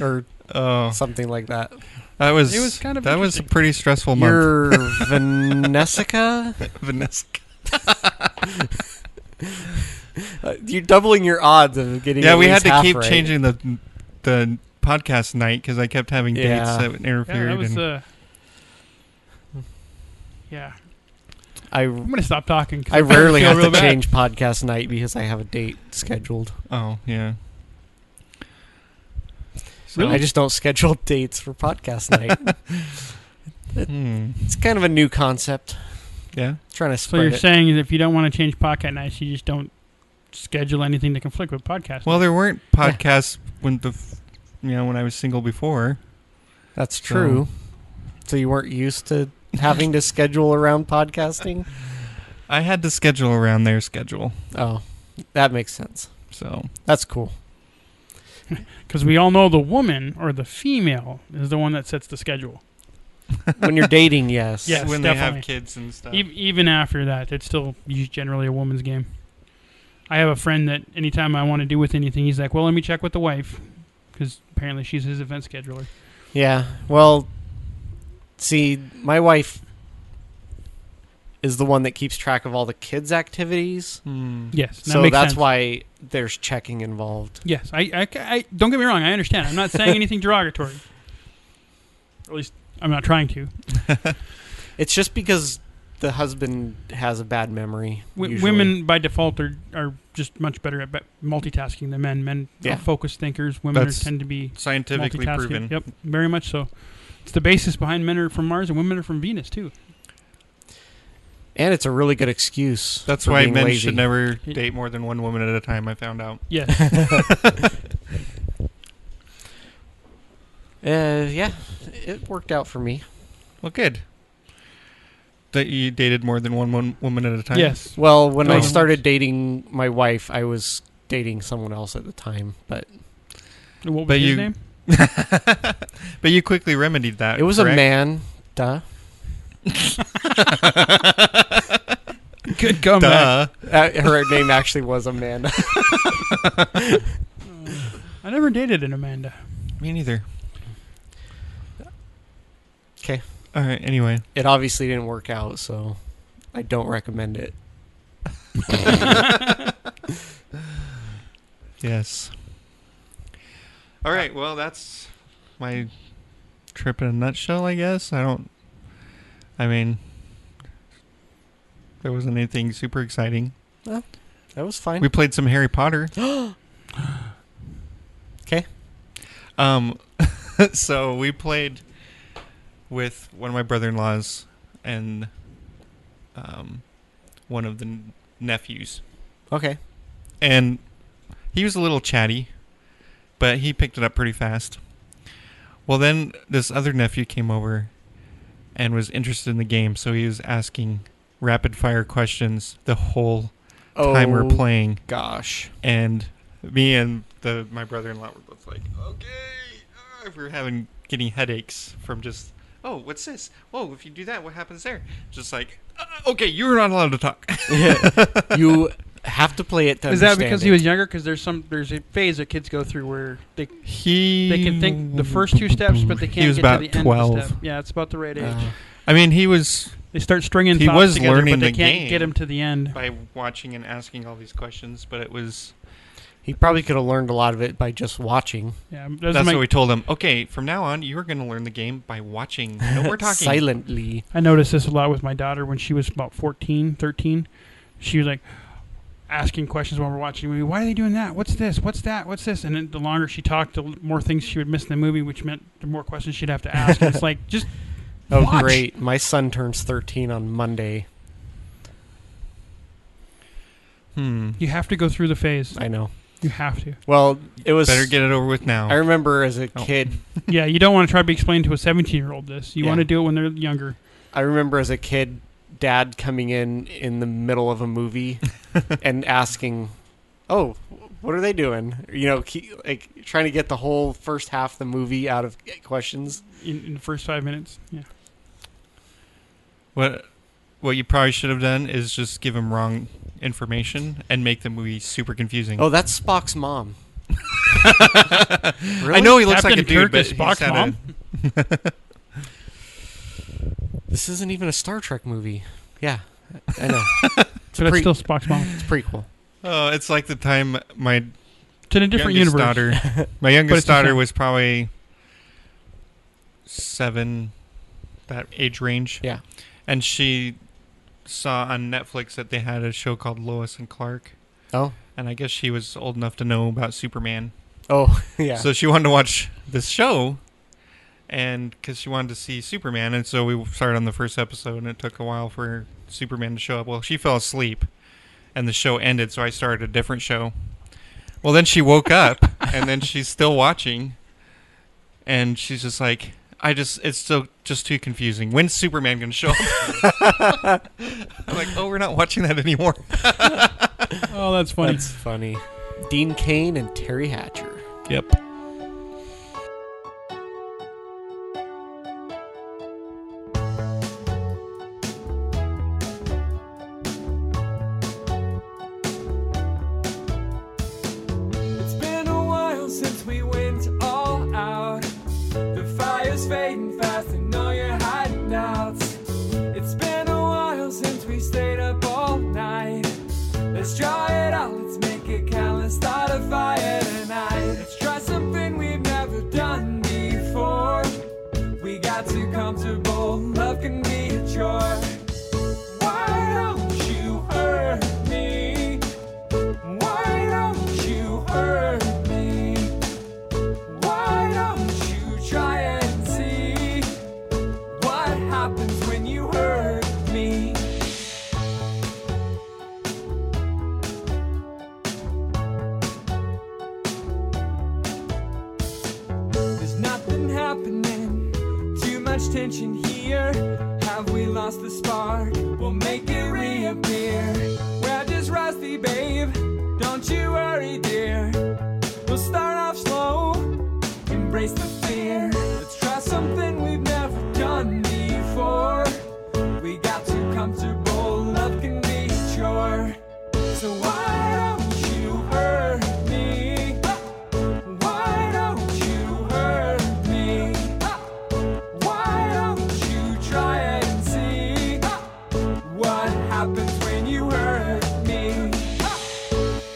D: or
C: Oh,
D: something like that
C: that was
E: It was kind of
C: that was a
E: interesting.
C: pretty stressful month.
D: You're Vanessica?
C: Vanessa.
D: Uh, you're doubling your odds of getting.
C: Yeah,
D: at
C: we had
D: least
C: to
D: half
C: keep
D: right.
C: changing the the podcast night because I kept having
D: Yeah.
C: dates that
E: Yeah,
C: interfered.
E: that was,
C: and,
E: uh, yeah.
D: I
E: I'm going to stop talking. 'cause
D: I
E: starting
D: rarely
E: feel
D: have to
E: real bad.
D: change podcast night because I have a date scheduled.
C: oh yeah. So-
D: I just don't schedule dates for podcast night.
C: Hmm.
D: it's kind of a new concept.
C: Yeah.
D: trying to
E: So
D: spread
E: you're
D: it.
E: saying is if you don't want to change podcast nights, you just don't schedule anything to conflict with podcast.
C: Well,
E: night.
C: there weren't podcasts when the f- you know when I was single before.
D: That's true. So you weren't used to having to schedule around podcasting.
C: I had to schedule around their schedule.
D: Oh, that makes sense.
C: So
D: That's cool.
E: Because we all know the woman or the female is the one that sets the schedule.
D: When you're dating, yes.
E: Yes.
C: when they
E: definitely.
C: have kids and stuff.
E: Ev Even after that, it's still us- generally a woman's game. I have a friend that anytime I want to do with anything, he's like, "Well, let me check with the wife," because apparently she's his event scheduler.
D: Yeah. Well, see, my wife is the one that keeps track of all the kids' activities.
C: Hmm.
E: Yes, that
D: so
E: makes
D: that's
E: sense.
D: why there's checking involved.
E: Yes, I, I, I- don't get me wrong. I understand. I'm not saying anything derogatory. At least I'm not trying to.
D: It's just because the husband has a bad memory.
E: W-
D: usually.
E: women by default are, are just much better at ba- multitasking than men. Men
D: Yeah.
E: are focused thinkers. Women are,
C: That's
E: tend to be
C: Scientifically
E: multitasking.
C: proven.
E: Yep, very much so. It's the basis behind men are from Mars and women are from Venus too.
D: And it's a really good excuse.
C: That's
D: for
C: why
D: being
C: men
D: lazy.
C: should never date more than one woman at a time. I found out.
E: Yes,
D: Uh, yeah, it worked out for me.
C: Well, good. That you dated more than one, one woman at a time.
E: yes.
D: Well, when I
E: Oh.
D: started dating my wife, I was dating someone else at the time, but
E: What was
C: But
E: his
C: you-
E: name?
C: But you quickly remedied
E: Uh,
C: that.
D: it was a
C: correct?
D: man. Duh.
E: Good
C: Duh.
E: comeback.
D: Uh, her name actually was Amanda.
E: I never dated an Amanda.
C: Me neither.
D: 'Kay.
C: All right. Anyway,
D: it obviously didn't work out, so I don't recommend it.
C: yes. All right. Well, that's my trip in a nutshell. I guess I don't. I mean, there wasn't anything super exciting.
D: That was fine.
C: We played some Harry Potter.
D: 'Kay.
C: Um, so we played with one of my brother-in-laws and um, one of the n- nephews,
D: okay.
C: and he was a little chatty, but he picked it up pretty fast. Well, then this other nephew came over and was interested in the game, so he was asking rapid-fire questions the whole time we
D: Oh,
C: were playing
D: Gosh.
C: and me and the my brother-in-law were both like, okay, uh, we were having getting headaches from just, oh, what's this? Whoa, if you do that, what happens there? Just like, uh, okay, you're not allowed to talk.
D: you have to play it to
E: Is that
D: understand
E: because
D: it.
E: he was younger? Because there's some there's a phase that kids go through where they
C: He
E: they can think the first two steps, but they can't
C: He was
E: get
C: about
E: to the end
C: 12.
E: of the step. Yeah, it's about the right age.
D: Uh,
C: I mean, he was
E: They start stringing
C: He
E: thoughts
C: was
E: together,
C: learning
E: but they
C: the
E: can't
C: game.
E: get him to the end.
C: by watching and asking all these questions, but it was
D: he probably could have learned a lot of it by just watching.
E: Yeah,
C: that's
E: my,
C: what we told him. Okay, from now on, you are going to learn the game by watching. No more talking.
D: Silently.
E: I noticed this a lot with my daughter when she was about 14, 13. She was like asking questions while we're watching a movie. Why are they doing that? What's this? What's that? What's this? And then the longer she talked, the l- more things she would miss in the movie, which meant the more questions she'd have to ask. And it's like just
D: Oh,
E: Watch.
D: great. My son turns 13 on Monday.
C: Hmm.
E: you have to go through the phase.
D: I know.
E: You have to.
D: Well, it was.
C: Better get it over with now.
D: I remember as a
C: Oh.
D: kid.
E: Yeah, you don't want to try to explain to a 17 year old this. You
D: Yeah.
E: want to do it when they're younger.
D: I remember as a kid, dad coming in in the middle of a movie and asking, "Oh, what are they doing?" You know, keep, like trying to get the whole first half of the movie out of questions.
E: In, in the first five minutes, yeah.
C: What what you probably should have done is just give them wrong information and make the movie super confusing.
D: Oh, that's Spock's mom. really?
C: I know he looks like a
E: Captain
C: dude,
E: Kirk
C: but
E: is Spock's
C: he's
E: mom?
D: this isn't even a Star Trek movie. Yeah, I know.
E: So that's
D: pre-
E: still Spock's mom.
D: it's a prequel.
C: Oh, it's like the time my
E: It's in a different
C: youngest
E: universe.
C: daughter, my
E: But
C: youngest
E: it's the
C: daughter
E: same.
C: was probably seven, that age range.
D: Yeah.
C: and she saw on Netflix that they had a show called Lois and Clark,
D: Oh,
C: and I guess she was old enough to know about Superman.
D: oh, yeah.
C: So she wanted to watch this show, and because she wanted to see Superman, and so we started on the first episode, and it took a while for Superman to show up. Well, she fell asleep, and the show ended, so I started a different show. Well, then she woke up, and then she's still watching, and she's just like, "I just, it's still just too confusing. When's Superman gonna show up?" I'm like, "Oh, we're not watching that anymore."
E: Oh, that's funny.
D: that's funny. Dean Kane and Terry Hatcher.
C: Yep.
F: It's been a while since we went all out. The fire's fading fast, and know you're hiding out. It's been a while since we stayed up all night. Let's try it out, let's make it count, let's start a fire tonight. Let's try something we've never done before. We got too comfortable, love can be a chore. Why don't you hurt me? Why don't you hurt me? Why don't you try and see what happens when you hurt me? There's nothing happening, too much tension here. Have we lost the spark? We'll make it reappear. We're just rusty, babe. Don't you worry, dear. We'll start off slow embrace the fear. Let's try something we've never done before. We got too comfortable, love can be a chore. So why don't you hurt me? Why don't you hurt me? Why don't you try and see what happens when you hurt me?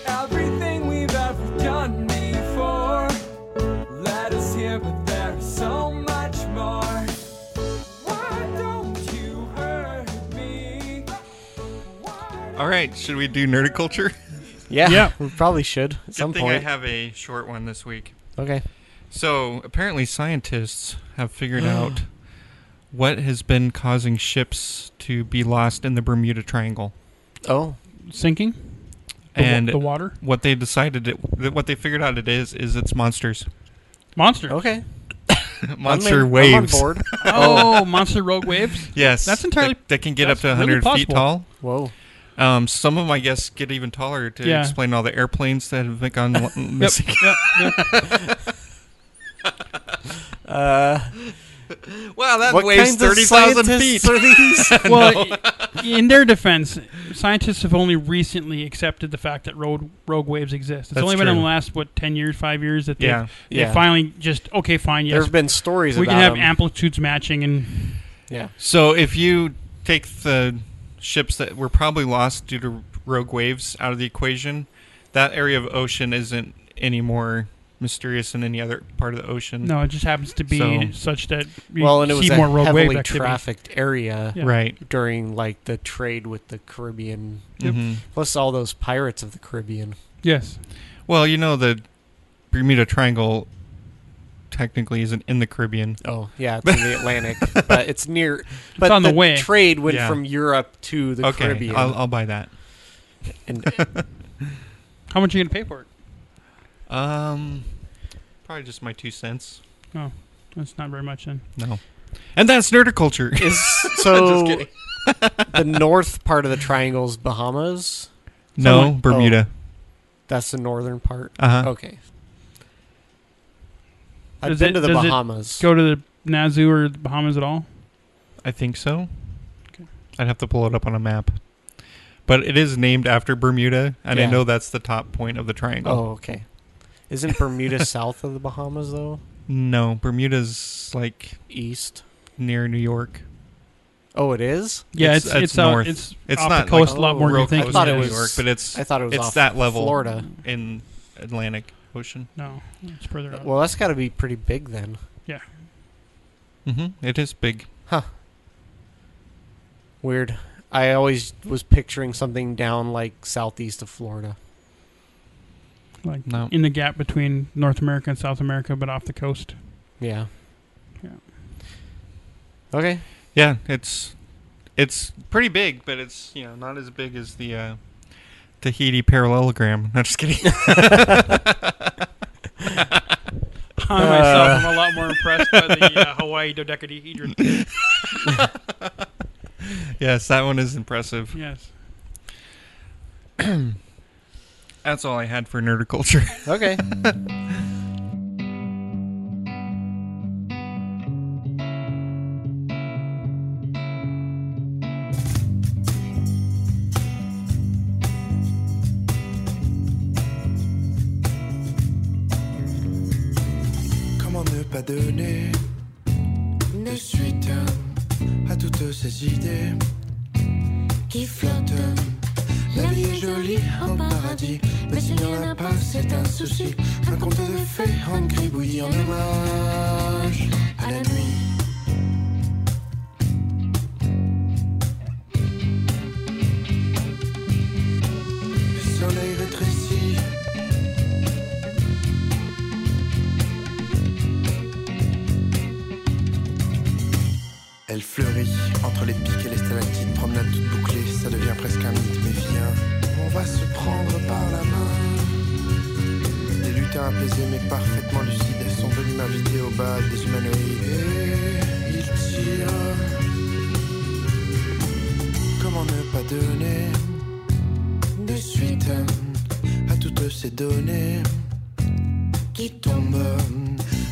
F: Everything we've ever done before. Let us hear, but there's so much more. Why don't you hurt me?
C: All right. Should we do nerdiculture?
D: Yeah,
E: Yeah.
D: we probably should at some
C: Good thing
D: point.
C: I have a short one this week.
D: okay,
C: So apparently, scientists have
E: Oh.
C: figured out what has been causing ships to be lost in the Bermuda Triangle,
D: oh,
E: Sinking? The, wa-
C: and
E: the water?
C: what they decided, it, that what they figured out it is, is it's monsters,
E: Monster.
C: Oh.
D: okay,
C: monster
D: I'm in- I'm on
C: waves.
D: board.
E: Oh, monster rogue waves?
C: Yes,
E: That's entirely-
C: That, that can get up
E: that's
C: to
E: really
C: 100 feet
E: possible.
C: tall.
D: Whoa,
C: Um, some of them, I guess, get even taller to
E: Yeah.
C: explain all the airplanes that have been gone lo-
E: Yep,
C: missing.
E: yep, yep.
D: uh,
C: Wow, that
D: what
C: wave's
D: kinds of
C: 30,000
D: scientists
C: feet.
D: are these?
E: Well, i- in their defense, scientists have only recently accepted the fact that rogue, rogue waves exist. It's
C: That's
E: only been in the
C: true.
E: last what ten years, five years that they
C: Yeah.
E: they
D: Yeah.
E: finally just okay, fine,
D: there
E: yes,
D: have been stories
E: we
D: about
E: can have
D: 'em.
E: amplitudes matching, and
D: yeah,
C: So if you take the ships that were probably lost due to rogue waves out of the equation, that area of ocean isn't any more mysterious than any other part of the ocean.
E: no, it just happens to be
C: So-
E: such that you
D: Mm-hmm. well, and it was
E: see
D: a
E: more rogue wave
D: heavily
E: activity.
D: trafficked area
E: Yeah.
C: Right.
D: during like the trade with the Caribbean,
E: Yep.
C: Mhm.
D: plus all those pirates of the Caribbean.
E: Yes,
C: Well, you know the Bermuda Triangle technically isn't in the Caribbean.
D: Oh, yeah, it's in the Atlantic, but it's near. But
E: on the way.
D: Trade went
C: Yeah.
D: from Europe to the
C: okay,
D: Caribbean.
C: I'll, I'll buy that.
D: and
E: how much are you gonna pay for it?
C: Um, probably just my two cents.
E: That's not very much. Then
C: No. And that's nerdiculture.
D: is so the north part of the triangle's Bahamas.
C: no,
D: Someone-
C: Bermuda.
D: That's the northern part.
E: Oh.
C: Uh huh.
D: Okay. I've
E: Uh-huh. Does
D: been
E: it-
D: to the
E: does it
D: Bahamas.
E: go to the Nazu or the Bahamas at all?
C: I think so.
E: Okay.
C: I'd have to pull it up on a map. But it is named after Bermuda, and I
D: Yeah.
C: know that's the top point of the triangle.
D: oh, okay. Isn't Bermuda south of the Bahamas though?
C: No, Bermuda's like
D: East.
C: near New York.
D: Oh, it is.
E: Yeah,
C: It's-
E: it's
C: it's
E: it's out-
C: north.
E: it's,
C: It's
E: off
C: not,
E: the coast
D: like,
E: a lot more than
C: real
E: you think.
C: close
D: I thought
C: to
D: it
C: New
D: was-
C: York, but it's
D: I thought it was
C: it's
D: off
C: that level.
D: Florida.
C: in Atlantic Ocean.
E: No, it's further out.
D: Well, that's got to be pretty big then.
C: hmm It is big.
D: Weird. I always was picturing something down like southeast of Florida.
E: like
C: No.
E: in the gap between North America and South America, but off the coast.
D: Yeah.
E: Yeah.
D: Okay.
C: Yeah, it's it's pretty big, but it's you know not as big as the uh, Tahiti parallelogram. No, just kidding.
D: Uh,
E: I myself am a lot more impressed by the uh, Hawaii dodecahedron.
C: yes, that one is impressive.
E: Yes.
C: That's all I had for nerdiculture.
D: Okay.
G: Comment ne pas donner de suite à toutes ces idées qui flottent La vie est jolie au paradis, mais s'il n'y en a pas, c'est un souci. Un conte de fées en gribouillis en hommage à la nuit. Le soleil rétrécit. Elle fleurit entre les pics et les stalactites. Promenade toute bouclée, ça devient presque un mythe. Mais viens, on va se prendre par la main. Des lutins apaisés mais parfaitement lucides sont venus m'inviter au bal des humanoïdes. Et ils tirent. Comment ne pas donner de suite à toutes ces données qui tombe.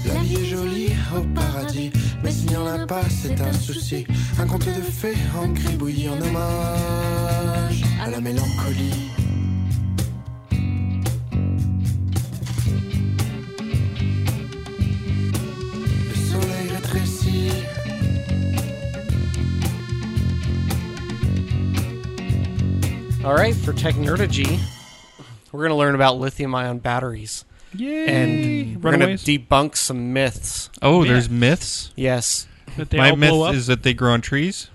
G: La vie est jolie au paradis, mais s'il n'y en a pas, c'est un souci. Un conte de fées en gribouillis en hommage à la mélancolie. Le soleil rétrécit.
D: All right, for technology, we're going to learn about lithium ion batteries.
E: Yay!
D: And we're going
E: Runaways
D: to debunk some myths.
C: Oh,
E: Yeah.
C: there's myths.
D: Yes.
E: that they
C: My
E: all blow up.
C: myth is that they grow on trees.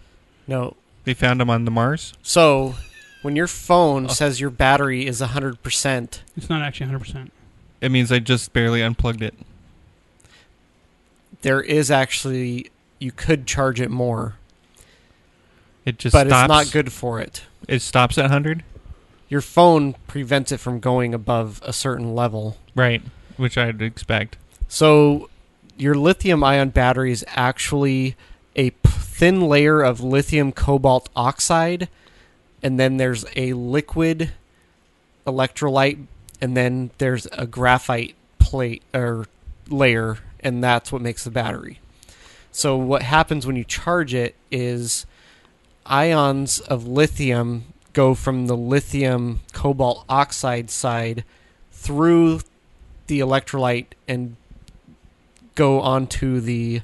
D: No.
C: They found them on the Mars.
D: So, when your phone says your battery is 100%,
E: it's not actually 100. percent
C: It means I just barely unplugged it.
D: there is actually, you could charge it more,
C: It just
D: but
C: stops.
D: it's not good for it.
C: It stops at hundred.
D: Your phone prevents it from going above a certain level.
C: Right, which I'd expect.
D: So, your lithium ion battery is actually a p- thin layer of lithium cobalt oxide, and then there's a liquid electrolyte, and then there's a graphite plate or layer, and that's what makes the battery. So, what happens when you charge it is ions of lithium go from the lithium cobalt oxide side through the electrolyte and go onto the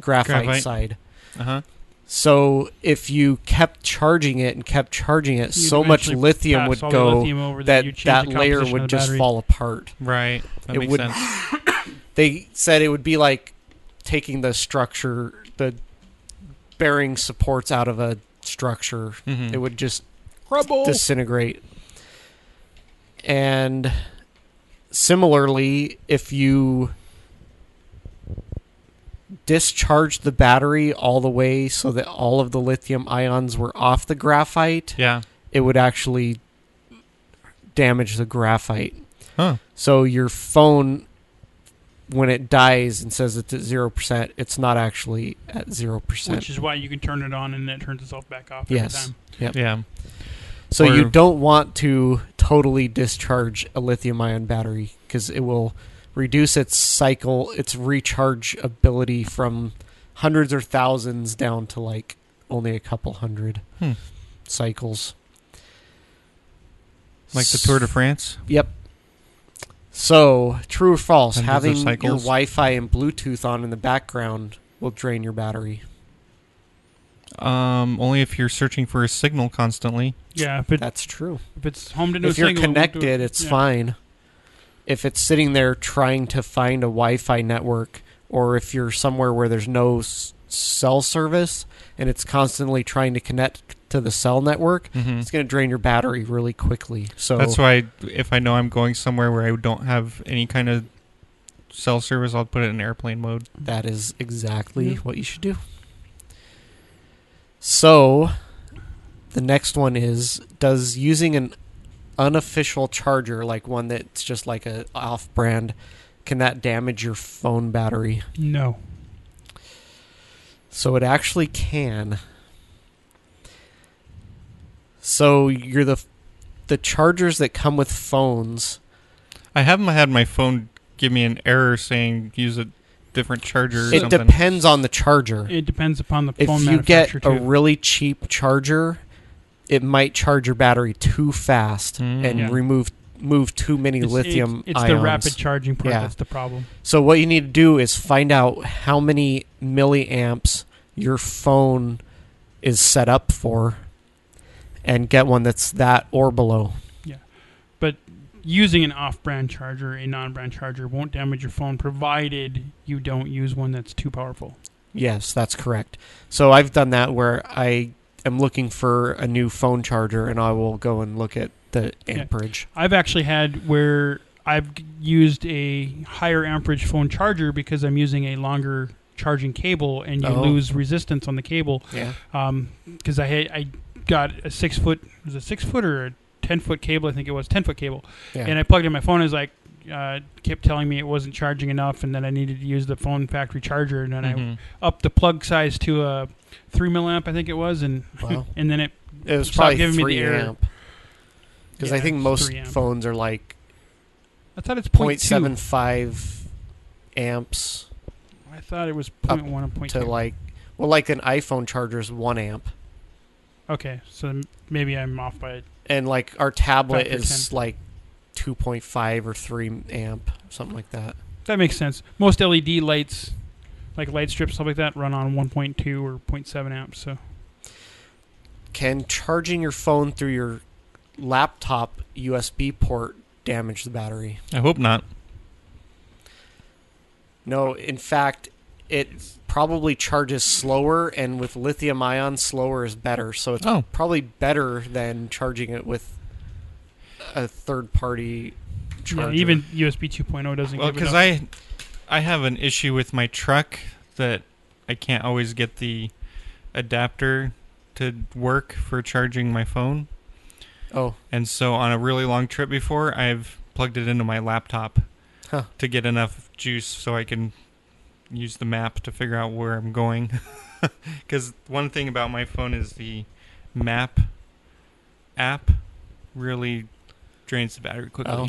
D: graphite,
C: Graphite.
D: side.
C: Uh
D: Uh-huh.
C: huh.
D: So if you kept charging it and kept charging it, so much
E: eventually
D: lithium would go that that layer would just fall apart.
C: Right. That
D: It
C: makes
D: would-
C: sense.
D: They said it would be like taking the structure, the bearing supports out of a structure.
C: Mhm.
D: It would just disintegrate. And similarly, if you discharged the battery all the way so that all of the lithium ions were off the graphite,
C: yeah.
D: it would actually damage the graphite.
C: Huh.
D: So your phone, when it dies and says it's at 0%, it's not actually at 0%.
E: which is why you can turn it on and it turns itself back off.
D: Yes.
E: Every time.
C: Yeah.
D: So you
C: Or-
D: don't want to totally discharge a lithium ion battery because it will reduce its cycle, its recharge ability from hundreds or thousands down to like only a couple hundred
C: Hmm.
D: cycles.
C: Like the Tour de France.
D: Yep. So, true or false,
C: Hundreds of
D: having your
C: cycles.
D: Wi Fi and Bluetooth on in the background will drain your battery.
C: Um, only if you're searching for a signal constantly.
E: Yeah. If, it,
D: That's true.
E: if it's home to no
D: if you're
E: signal, it won't do
D: connected,
E: it.
D: it's
E: Yeah.
D: fine. If it's sitting there trying to find a Wi-Fi network, or if you're somewhere where there's no s- cell service and it's constantly trying to connect to the cell network,
C: Mm-hmm.
D: it's going to drain your battery really quickly. So
C: That's why if I know I'm going somewhere where I don't have any kind of cell service, I'll put it in airplane mode.
D: that is exactly
E: Yeah.
D: what you should do. So the next one is: Does using an unofficial charger, like one that's just like a off-brand, can that damage your phone battery?
E: No.
D: So it actually can. So you're the the chargers that come with phones.
C: I haven't had my phone give me an error saying use a different charger or
D: it
C: something.
D: depends on the charger.
E: It depends upon the
D: If
E: phone
D: you get
E: manufacturer
D: a
E: too.
D: really cheap charger, it might charge your battery too fast
C: Mm.
D: and
E: Yeah.
D: remove move too many
E: It's-
D: lithium
E: It's, it's
D: ions.
E: the rapid charging part
D: Yeah.
E: that's the problem.
D: So what you need to do is find out how many milliamps your phone is set up for, and get one that's that or below.
E: Using an off-brand charger, a non-brand charger, won't damage your phone, provided you don't use one that's too powerful.
D: Yes, that's correct. So I've done that where I am looking for a new phone charger, and I will go and look at the
E: Yeah.
D: amperage.
E: I've actually had where I've g- used a higher amperage phone charger because I'm using a longer charging cable, and you
D: Oh.
E: lose resistance on the cable.
D: Yeah.
E: because I had I got a six foot it was a six foot or a ten foot cable I think it was ten foot cable
D: Yeah.
E: and I plugged in my phone and it was like uh, kept telling me it wasn't charging enough and then I needed to use the phone factory charger and then
C: Mhm.
E: I upped the plug size to a three milliamp I think it was and
D: Wow.
E: and then it
D: It was
E: Stop
D: probably
E: giving me the
D: three
E: error.
D: amp. Because I
E: Yeah,
D: think
E: it's
D: most
E: three amp.
D: phones are like
E: I thought it's point two
D: 0.75 amps
E: I thought it was
D: up
E: point one and point
D: to
E: two
D: like, well, like an iPhone charger is one amp,
E: okay so m- maybe I'm off by it
D: and like our tablet
E: Factor
D: is like 2.5 or three amp, something like that.
E: that makes sense most LED lights like light strips stuff like that run on 1.2 or 0.7 amps so
D: Can charging your phone through your laptop USB port damage the battery?
C: I hope not.
D: No, in fact, it probably charges slower, and with lithium ion, slower is better. So it's
C: Oh.
D: probably better than charging it with a third party
E: Yeah,
D: charger.
E: even USB 2.0 doesn't
C: Well,
E: give it
C: because
E: up.
C: I, I have an issue with my truck that I can't always get the adapter to work for charging my phone.
D: oh,
C: And so on a really long trip before, I've plugged it into my laptop
D: Huh.
C: to get enough juice so I can use the map to figure out where I'm going. Because one thing about my phone is the map app really drains the battery quickly.
D: Oh.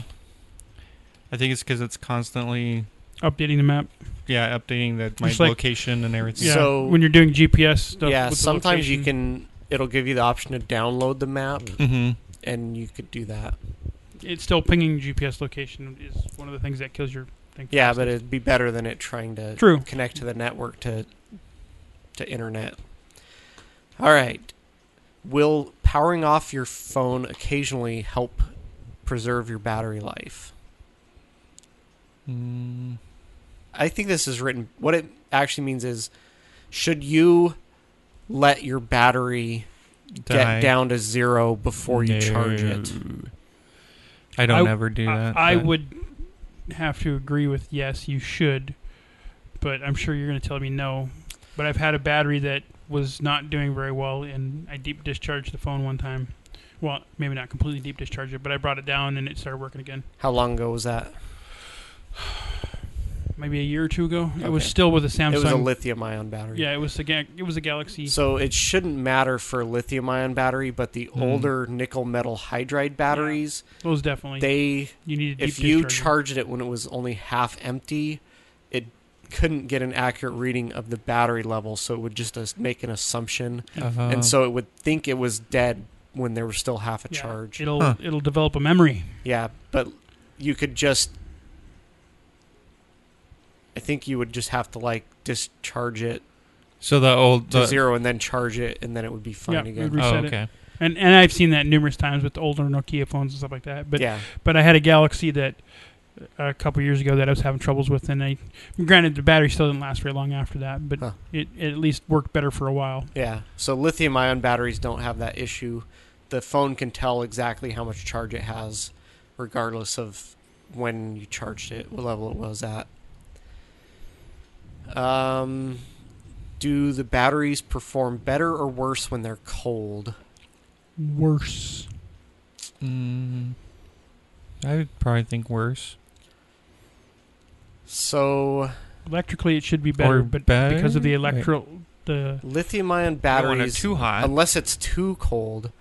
C: I think it's because it's constantly
E: updating the map.
C: yeah updating the, my
E: It's like-
C: location and everything.
E: Yeah.
D: So-
E: when you're doing GPS stuff.
D: yeah.
E: with the
D: Sometimes you
E: location,
D: can. It'll give you the option to download the map,
E: Mm-hmm.
C: hmm
D: and you could do that.
E: It's still pinging GPS location is one of the things that kills your thing.
D: Yeah, but it'd be better than it trying to
E: True.
D: connect to the network to to internet. All right. Will powering off your phone occasionally help preserve your battery life?
C: Mm,
D: I think this is written what it actually means is should you let your battery
C: die.
D: get down to 0 before you charge it?
C: No. I don't
E: I-
C: ever do that.
E: I, I
C: but-
E: would have to agree with yes, you should, but I'm sure you're going to tell me no. But I've had a battery that was not doing very well, and I deep discharged the phone one time. Well, maybe not completely deep discharged it, but I brought it down and it started working again.
D: How long ago was that?
E: Maybe a year or two ago, it was
D: Okay.
E: still with a Samsung.
D: It was a lithium ion battery.
E: yeah, it was a ga- it was a Galaxy.
D: So it shouldn't matter for lithium ion battery, but the
E: Hmm.
D: older nickel metal hydride batteries,
E: Those definitely.
D: they
E: you need a deep
D: if you
E: discharger.
D: charged it when it was only half empty, it couldn't get an accurate reading of the battery level, so it would just as- make an assumption,
C: Uh-huh.
D: and so it would think it was dead when there was still half a
E: Oh. Yeah,
D: charge.
E: It'll
C: Huh.
E: it'll develop a memory.
D: Yeah, but you could just I think you would just have to like discharge it
C: So the old
D: to
C: the,
D: zero and then charge it and then it would be fine
E: Yeah, it
D: again.
E: would
C: Oh,
E: Reset it.
C: okay.
E: And and I've seen that numerous times with older Nokia phones and stuff like that. But
D: yeah.
E: but I had a Galaxy that uh, a couple years ago that I was having troubles with, and I granted the battery still didn't last very long after that, but
D: Huh.
E: it, it at least worked better for a while.
D: Yeah. So lithium ion batteries don't have that issue. The phone can tell exactly how much charge it has, regardless of when you charged it, what level it was at. Um, do the batteries perform better or worse when they're cold?
E: Worse.
C: Mm, I would probably think worse.
D: So
E: Electrically, it should be better,
C: Or
E: but
C: better?
E: because of the
C: Wait.
E: electro the
D: lithium ion
C: Don't want it
D: batteries,
C: too hot.
D: unless it's too cold,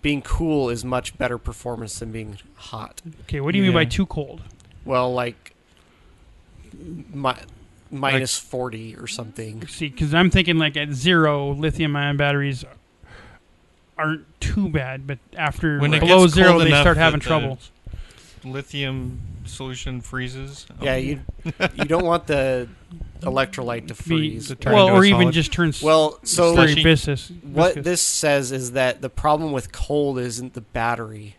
D: being cool is much better performance than being hot.
E: Okay, what do you mean by
C: Yeah.
E: too cold?
D: Well, like mi- minus forty or something.
E: See, because I'm thinking like at zero, lithium-ion batteries aren't too bad, but after
C: When it
E: below
C: gets
E: zero,
C: cold
E: they
C: enough
E: start
C: that
E: having
C: the-
E: trouble.
C: Lithium solution freezes. Oh.
D: Yeah, you you don't want the electrolyte to
E: Be,
D: freeze.
C: to turn
E: well,
C: into a
E: or even
C: solid.
E: just turns
D: Well, so
E: slurry
C: Slushy.
E: viscous.
D: what
E: viscous.
D: this says is that the problem with cold isn't the battery.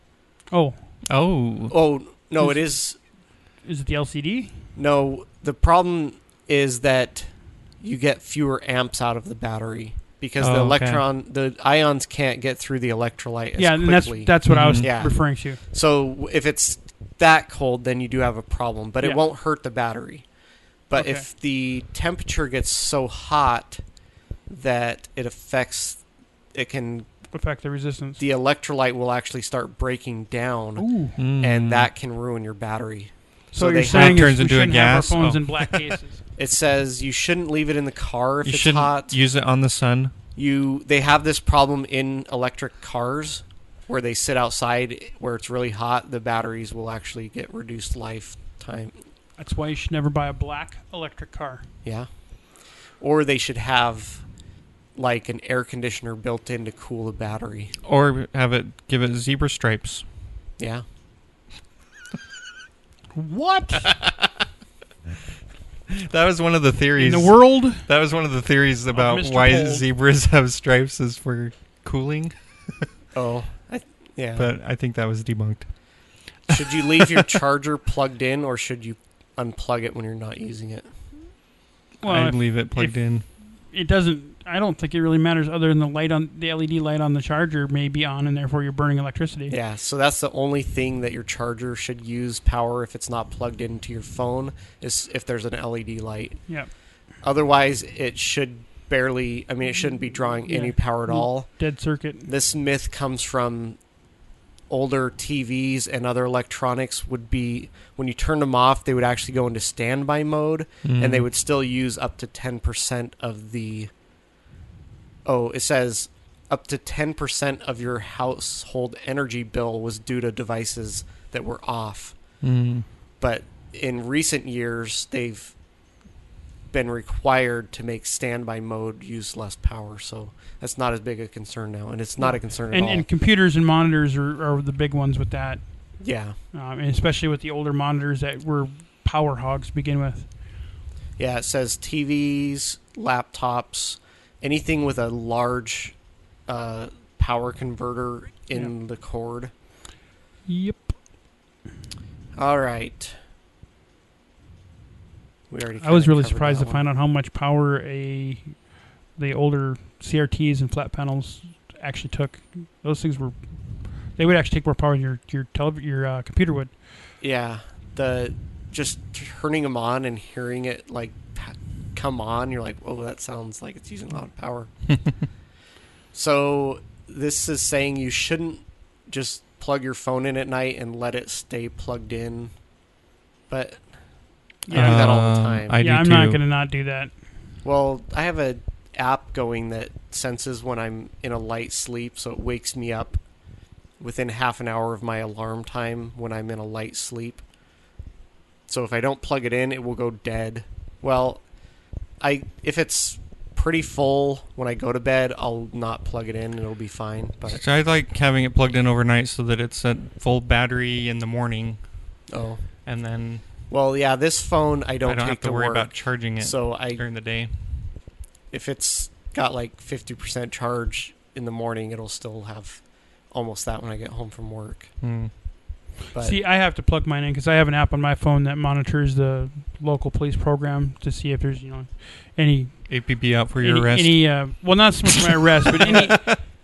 E: Oh,
C: Oh,
D: Oh no, it is
E: is it the LCD?
D: No, the problem is that you get fewer amps out of the battery because the
C: Oh, okay.
D: electron, the ions can't get through the electrolyte as
E: yeah, and that's
D: quickly. Mm-hmm.
E: that's what I was
C: Mhm.
D: Yeah.
E: referring to.
D: so w- if it's that cold, then you do have a problem, but
E: Yeah.
D: it won't hurt the battery. But
E: Okay.
D: if the temperature gets so hot that it affects, it can
E: Affect the resistance.
D: the electrolyte will actually start breaking down,
E: Ooh.
D: and that can ruin your battery.
E: So,
D: So
E: you're
D: they
E: saying
C: have-
E: is
C: turns
E: we
C: into a
E: shouldn't
C: gas?
E: have our phones
C: Oh.
E: in black cases.
D: It says you shouldn't leave it in the car if
C: you
D: it's
C: shouldn't
D: hot.
C: use it on the sun.
D: you they have this problem in electric cars where they sit outside where it's really hot the batteries will actually get reduced lifetime
E: That's why you should never buy a black electric car.
D: yeah or they should have like an air conditioner built in to cool the battery
C: Or have it give it zebra stripes.
D: yeah
E: What
C: That was one of the
E: in
C: theories.
E: the world?
C: That was one of the theories about
E: Mr.
C: why
E: Pole.
C: zebras have stripes is for cooling,
D: oh I, yeah
C: but I think that was debunked.
D: should you leave your charger plugged in or should you unplug it when you're not using it
E: Well,
C: I leave it plugged
E: if-
C: in.
E: it doesn't. I don't think it really matters other than the light on the LED light on the charger may be on, and therefore you're burning electricity.
D: yeah so that's the only thing that your charger should use power if it's not plugged into your phone is if there's an led light
E: Yeah.
D: Otherwise, it should barely. I mean, it shouldn't be drawing any
E: Yeah.
D: power at all.
E: Dead circuit.
D: This myth comes from older TVs and other electronics. Would be when you turn them off, they would actually go into standby mode, and they would still use up to ten percent of the. Oh, it says up to ten percent of your household energy bill was due to devices that were off
C: Mm.
D: but in recent years they've been required to make standby mode use less power so that's not as big a concern now and it's not a concern at
E: And,
D: all
E: and computers and monitors are, are the big ones with that,
D: yeah
E: um, and especially with the older monitors that were power hogs to begin with.
D: yeah it says tvs laptops anything with a large uh, power converter in the cord
E: Yep.
D: all right we already
E: I was
D: kinda
E: really
D: covered
E: surprised
D: that
E: to
D: one.
E: find out how much power a the older CRTs and flat panels actually took. Those things were they would actually take more power than your your tele, your uh, computer would.
D: Yeah, the just turning them on and hearing it like pa- come on, you're like, "Whoa, that sounds like it's using a lot of power." so this is saying you shouldn't just plug your phone in at night and let it stay plugged in. But yeah, I do that all the
C: Um,
D: time.
C: I do
E: yeah, I'm not
C: too.
E: going to not do that.
D: well, I have a app going that senses when I'm in a light sleep, so it wakes me up within half an hour of my alarm time when I'm in a light sleep. So if I don't plug it in, it will go dead. Well, I if it's pretty full when I go to bed, I'll not plug it in and it'll be fine. But
C: So I like having it plugged in overnight so that it's at full battery in the morning,
D: oh,
C: and then
D: well, yeah, this phone I don't,
C: I don't
D: take
C: have to worry
D: work,
C: about charging it
D: So I
C: during the day.
D: if it's got like 50% charge in the morning, it'll still have almost that when I get home from work.
C: Mm.
D: But
E: See, I have to plug mine in because I have an app on my phone that monitors the local police program to see if there's you know any
C: APB out for your
E: any,
C: rest.
E: any uh, well not so much my arrest but any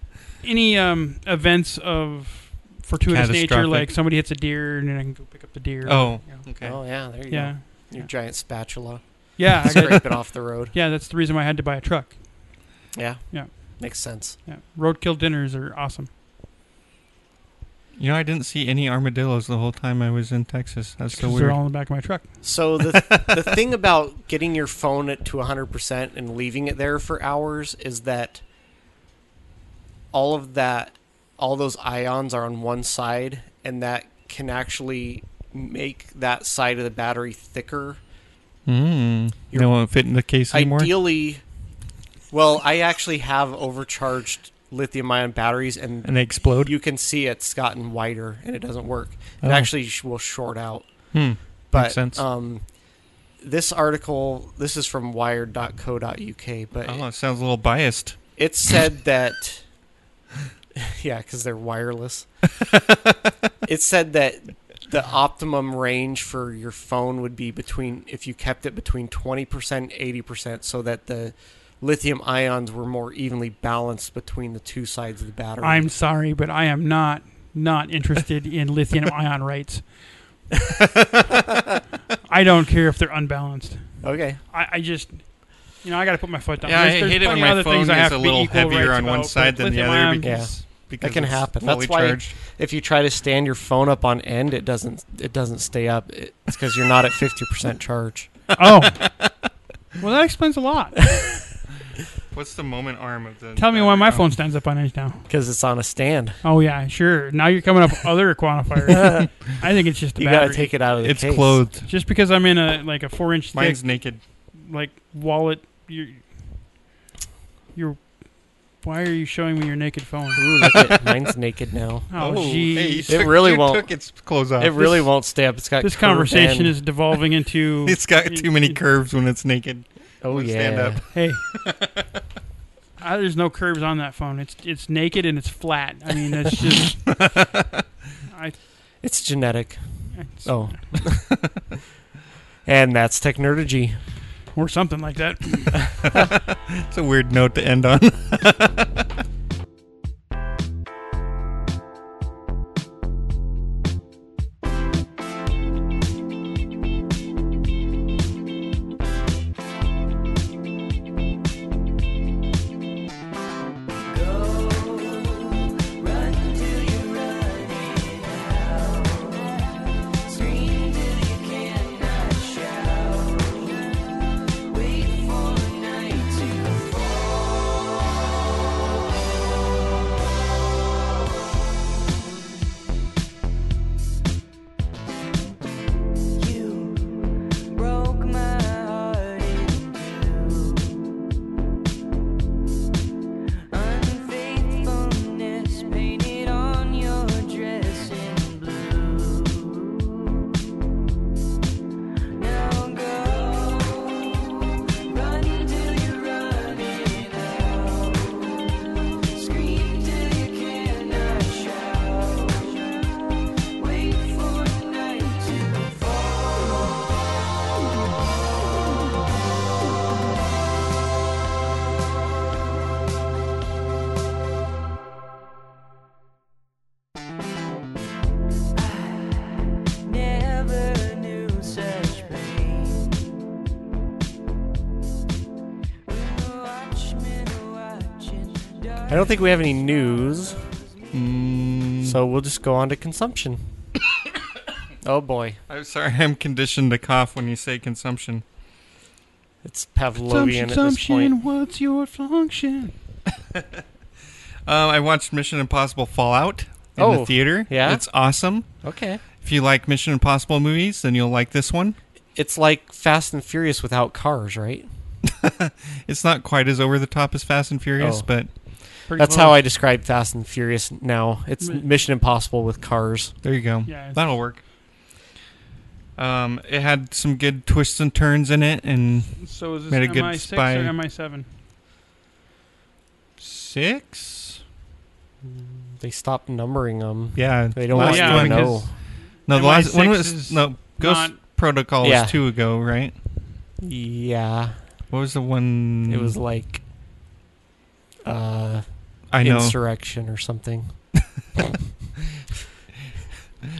E: any um, events of fortuitous nature
C: Catastrophic.
E: like somebody hits a deer and then I can go pick up the deer.
C: oh,
E: Yeah.
C: okay.
D: oh yeah, there you
E: Yeah.
D: go. Your
E: yeah.
D: giant spatula,
E: Yeah, I got,
D: scrape it off the road.
E: yeah, that's the reason why I had to buy a truck.
D: Yeah,
E: Yeah.
D: makes sense.
E: Yeah. Roadkill dinners are awesome.
C: You know, I didn't see any armadillos the whole time I was in Texas. That's so
E: 'cause
C: weird.
E: they're all in the back of my truck.
D: So the the thing about getting your phone at to 100% and leaving it there for hours is that all of that all those ions are on one side, and that can actually make that side of the battery thicker.
C: Mm. You don't want to fit in the case anymore.
D: Ideally, well, I actually have overcharged lithium-ion batteries, and
C: And they explode.
D: you can see it's gotten wider and it doesn't work. It
C: Oh.
D: actually sh- will short out.
C: Hmm.
D: But
C: Makes sense.
D: Um, this article, this is from wired.co.uk, but
C: oh, it sounds a little biased.
D: it said that yeah because they're wireless it said that the optimum range for your phone would be between if you kept it between 20% 80% so that the lithium ions were more evenly balanced between the two sides of the battery
E: I'm sorry, but I am not not interested in lithium ion rates. I don't care if they're unbalanced.
D: okay
E: I, I just, you know, I got to put my foot down.
C: Yeah,
E: there's,
C: I
E: there's
C: hate it when
E: plenty
C: my
E: other things
C: phone
E: I have
C: is a
E: to be
C: little
E: equal
C: heavier
E: rates
C: on one
E: about,
C: side
E: but
C: than the
E: lithium-ion-
C: other because, because
D: that can
C: it's
D: happen
C: Fully
D: that's why
C: charged.
D: if you try to stand your phone up on end it doesn't it doesn't stay up it's because you're not at 50% charge
E: Oh, well, that explains a lot.
C: What's the moment arm of the?
E: Tell me why
C: battery?
E: my
C: Oh.
E: phone stands up on edge now.
D: because it's on a stand
E: Oh yeah, sure. Now you're coming up with other quantifiers. I think it's just the
D: you got
E: battery.
D: to take it out of the
C: It's
D: case.
C: clothed.
E: just because I'm in a like a four inch thick
C: Mine's naked.
E: like wallet. You're, you're. Why are you showing me your naked phone?
D: Ooh, look at mine's naked now.
E: Oh,
C: hey, you
E: jeez.
C: took-
D: really
C: you
D: won't-
C: Took its clothes off.
D: It really won't stay up. It's got
E: This
D: curved
E: conversation
D: end.
E: is devolving into.
C: It's got too many
E: it-
C: curves when it's naked.
D: oh
C: won't
D: yeah.
C: stand up.
E: Hey. Ah, there's no curves on that phone. It's it's naked and it's flat. I mean, that's just. I,
D: It's genetic.
E: it's-
D: Oh. and that's technology.
E: Or something like that.
C: It's a weird note to end on.
D: I don't think we have any news,
C: Mm,
D: so we'll just go on to consumption. oh boy,
C: I'm sorry. I'm conditioned to cough when you say consumption.
D: it's Pavlovian at this point.
E: Assumption, what's your function?
C: Um, I watched Mission Impossible Fallout in
D: Oh,
C: the theater.
D: yeah?
C: it's awesome.
D: Okay.
C: If you like Mission Impossible movies, then you'll like this one.
D: It's like Fast and Furious without cars, right?
C: It's not quite as over the top as Fast and Furious,
D: Oh.
C: but
E: Pretty
D: That's
E: close.
D: how I describe Fast and Furious now. It's
E: Mm.
D: Mission Impossible with cars.
C: there you go.
E: Yeah, it's-
C: That'll work. Um, it had some good twists and turns in it, and
E: So is this
C: made a good
E: MI6
C: spy.
E: or MI7?
C: six.
D: They stopped numbering them.
C: Yeah,
D: They don't
E: Well,
D: want
E: yeah,
D: you to
C: because-
D: know.
C: No, the last one was
E: MI6 is
C: no Ghost
E: not-
C: Protocol
D: Yeah.
C: was two ago, right?
D: Yeah.
C: What was the one?
D: It was like uh
C: I know
D: insurrection or something.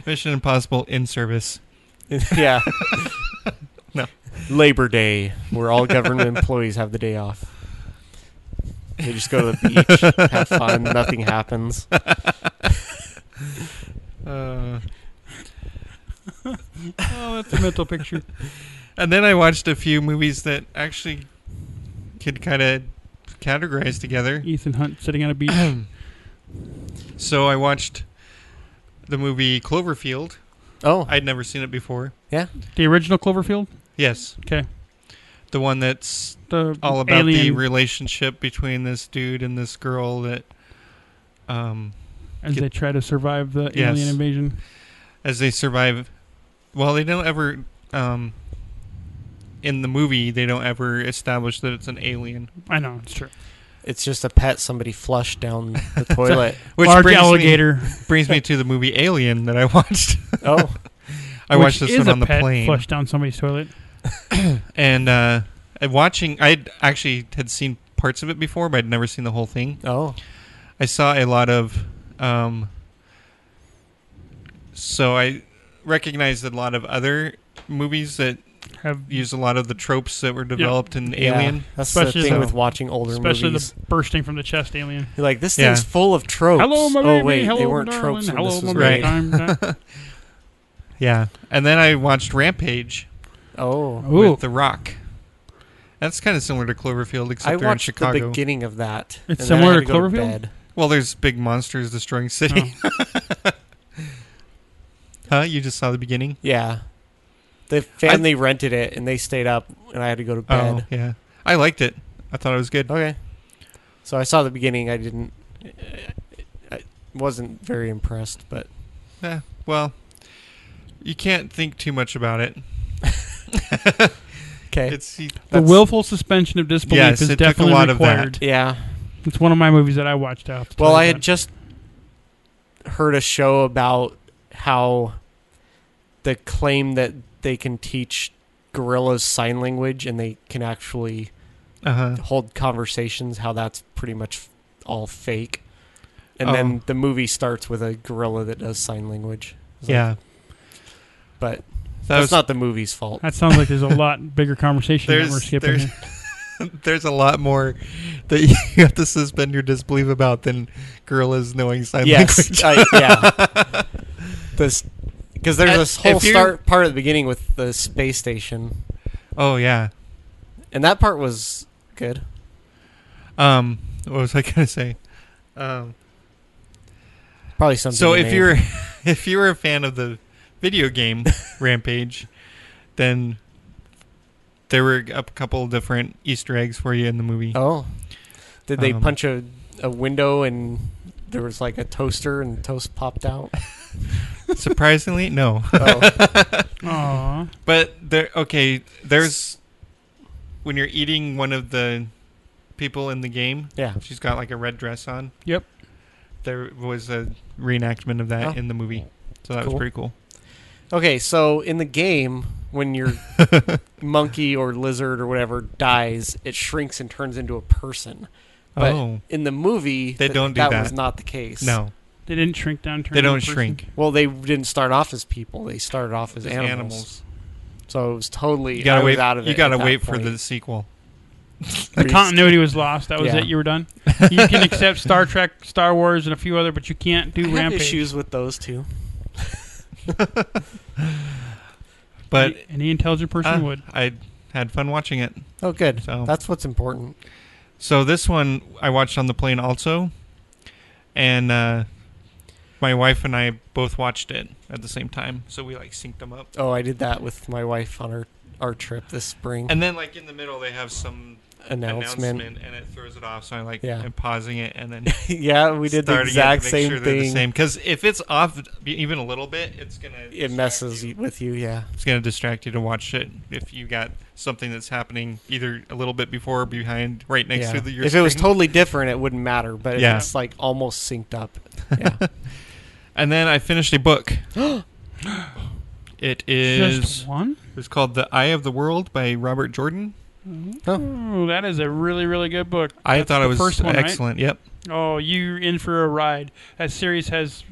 C: Mission Impossible in service.
D: yeah.
C: No.
D: Labor Day, where all government employees have the day off. They just go to the beach, have fun, nothing happens.
C: Uh,
E: Oh, that's a mental picture.
C: and then I watched a few movies that actually could kind of categorize together.
E: Ethan Hunt sitting on a beach.
C: So I watched the movie Cloverfield.
D: Oh,
C: I'd never seen it before.
E: The original Cloverfield.
C: Yes,
E: Okay.
C: the one that's
E: The
C: all about the
E: alien
C: relationship between this dude and this girl that um
E: as they try to survive the
C: Yes.
E: alien invasion.
C: as they survive well they don't ever um in the movie they don't ever establish that it's an alien
E: I know it's true.
D: it's just a pet somebody flushed down the toilet.
C: which
E: Large
C: brings
E: alligator.
C: me, brings me to the movie alien that i watched
D: oh,
C: i
E: which
C: watched this
E: is
C: one
E: a
C: on the
E: pet
C: plane
E: Flushed down somebody's toilet.
C: and uh and watching i actually had seen parts of it before but i'd never seen the whole thing
D: oh,
C: I saw a lot of, um, so I recognized a lot of other movies that
E: Have
C: use a lot of the tropes that were developed in Alien.
D: Yeah, that's
E: Especially
D: the thing
E: the-
D: with watching older
E: especially
D: movies.
E: the bursting from the chest alien.
D: You're like, this
C: Yeah.
D: thing's full of tropes.
E: Hello, my
D: oh
E: baby.
D: wait,
E: Hello,
D: they weren't
E: darling.
D: tropes when
E: Hello,
D: this
E: my
D: was
C: baby.
D: made.
E: baby. I'm-
C: Yeah, and then I watched Rampage
D: Oh,
E: Ooh,
C: with The Rock. That's kind of similar to Cloverfield, except
D: I
C: they're in
D: watched the
C: Chicago.
D: beginning of that.
E: It's
D: and then I
E: similar
D: had
E: to
D: to go
E: Cloverfield?
D: bed.
C: well, there's big monsters destroying city. huh? You just saw the beginning.
D: Yeah, the family rented it and they stayed up, and I had to go to
C: Oh,
D: bed.
C: yeah. I liked it. I thought it was good.
D: Okay, so I saw the beginning. I didn't. I wasn't very impressed, but
C: Eh, well, you can't think too much about it.
D: okay.
C: It's you-
E: the
D: That's-
E: willful suspension of disbelief
C: Yes,
E: is
C: it took a
E: definitely
C: lot of that.
E: required.
D: yeah.
E: It's one of my movies that I watched out.
D: Well, I had just heard a show about how the claim that they can teach gorillas sign language and they can actually
C: uh-huh.
D: hold conversations, how that's pretty much all fake. And then
C: Oh.
D: the movie starts with a gorilla that does sign language. It's like,
C: Yeah.
D: but
C: That
D: that's
C: was,
D: not the movie's fault.
E: That sounds like there's a lot bigger conversation that
C: There's-
E: we're skipping.
C: there's-
E: here.
C: there's a lot more that you have to suspend your disbelief about than gorillas knowing sign
D: yes,
C: language.
D: I, yeah. This because there's
C: Uh,
D: this whole
C: if you're-
D: start part at the beginning with the space station,
C: Oh yeah.
D: and that part was good.
C: Um, what was I gonna say? Um,
D: Probably something.
C: so
D: you
C: if
D: made.
C: you're if you're a fan of the video game Rampage, then there were a couple different Easter eggs for you in the movie.
D: oh, did they
C: Um,
D: punch a, a window and there was like a toaster and toast popped out?
C: Surprisingly, no.
D: Oh,
E: Aw.
C: But there, okay, there's when you're eating one of the people in the game.
D: yeah.
C: She's got like a red dress on.
E: Yep.
C: There was a reenactment of that
D: Oh.
C: in the movie, so that
D: Cool.
C: was pretty cool.
D: Okay, so in the game, when your monkey or lizard or whatever dies, it shrinks and turns into a person. But
C: oh
D: in the movie,
C: They
D: th-
C: don't do
D: was
C: that.
D: not the case.
C: no,
E: They didn't shrink down. turn
C: they
E: into a
C: don't
E: person.
C: shrink.
D: Well, they didn't start off as people. They started off as
C: It's
D: animals. So it was totally
C: You gotta
D: I was
C: wait.
D: out of it.
C: you gotta
D: at that
C: wait for
D: point.
C: the sequel.
E: The continuity was lost. That was
D: Yeah.
E: it. You were done. You can accept Star Trek, Star Wars, and a few other, but you can't do
D: I have
E: Rampage.
D: issues with those two.
C: But
E: any intelligent
C: uh,
E: person would.
C: I had fun watching it.
D: Oh, good.
C: So
D: That's what's important.
C: so this one I watched on the plane also, and uh, my wife and I both watched it at the same time. So we like synced them up.
D: Oh, I did that with my wife on our our trip this spring.
C: And then like in the middle they have some
D: announcement.
C: and it throws it off. So I like
D: Yeah.
C: am pausing it and then
D: yeah, we did the
C: starting
D: exact
C: it to make
D: same
C: sure they're
D: thing.
C: The same because if it's off b- even a little bit, it's gonna
D: It
C: distract
D: messes
C: You.
D: you- with you, yeah.
C: It's gonna distract you to watch it if you got something that's happening either a little bit before or behind, right next
D: yeah.
C: to the, your.
D: if it was
C: screen.
D: totally different, it wouldn't matter. But
C: Yeah.
D: if it's like almost synced up. Yeah.
C: and then I finished a book. it
E: Just
C: is
E: one?
C: it's called The Eye of the World by Robert Jordan.
E: Oh, that is a really, really good book.
C: I
E: That's
C: thought
E: the
C: it was
E: first one, right?
C: excellent. Yep.
E: Oh, you're in for a ride. That series has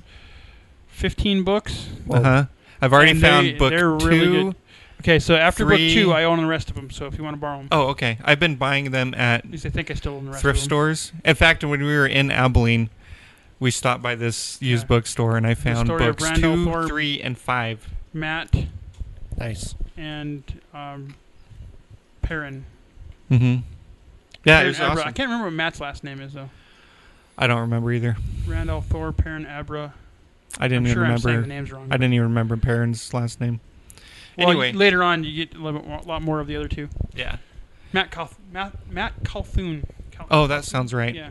E: 15 books.
D: Oh.
C: Uh huh. I've already
E: And they-
C: found book
E: they're
C: two.
E: really good. Okay, so after
C: Three.
E: book two, I own the rest of them. So if you want to borrow them,
C: Oh, okay. I've been buying them at
E: at least I think I still own the rest
C: thrift
E: of them.
C: stores. In fact, when we were in Abilene, we stopped by this used
E: Yeah.
C: bookstore and I found
E: story of
C: books
E: Randall
C: two,
E: Thorpe.
C: three, and five.
E: Matt
D: nice.
E: and um, Perrin.
C: Mm-hmm. Yeah, it
E: Perrin
C: was
E: Abra- I
C: awesome.
E: can't remember what Matt's last name is though.
C: I don't remember either.
E: Randall Thor, Perrin Abra.
C: I didn't
E: I'm
C: even
E: sure I'm saying the
C: remember.
E: names wrong.
C: I didn't even remember Perrin's last name.
E: Well,
C: anyway,
E: later on you get a little bit more- lot more of the other two.
C: yeah.
E: Matt Calth- Matt, Matt Calthoun. Cal-
C: Oh, that sounds right.
E: Yeah.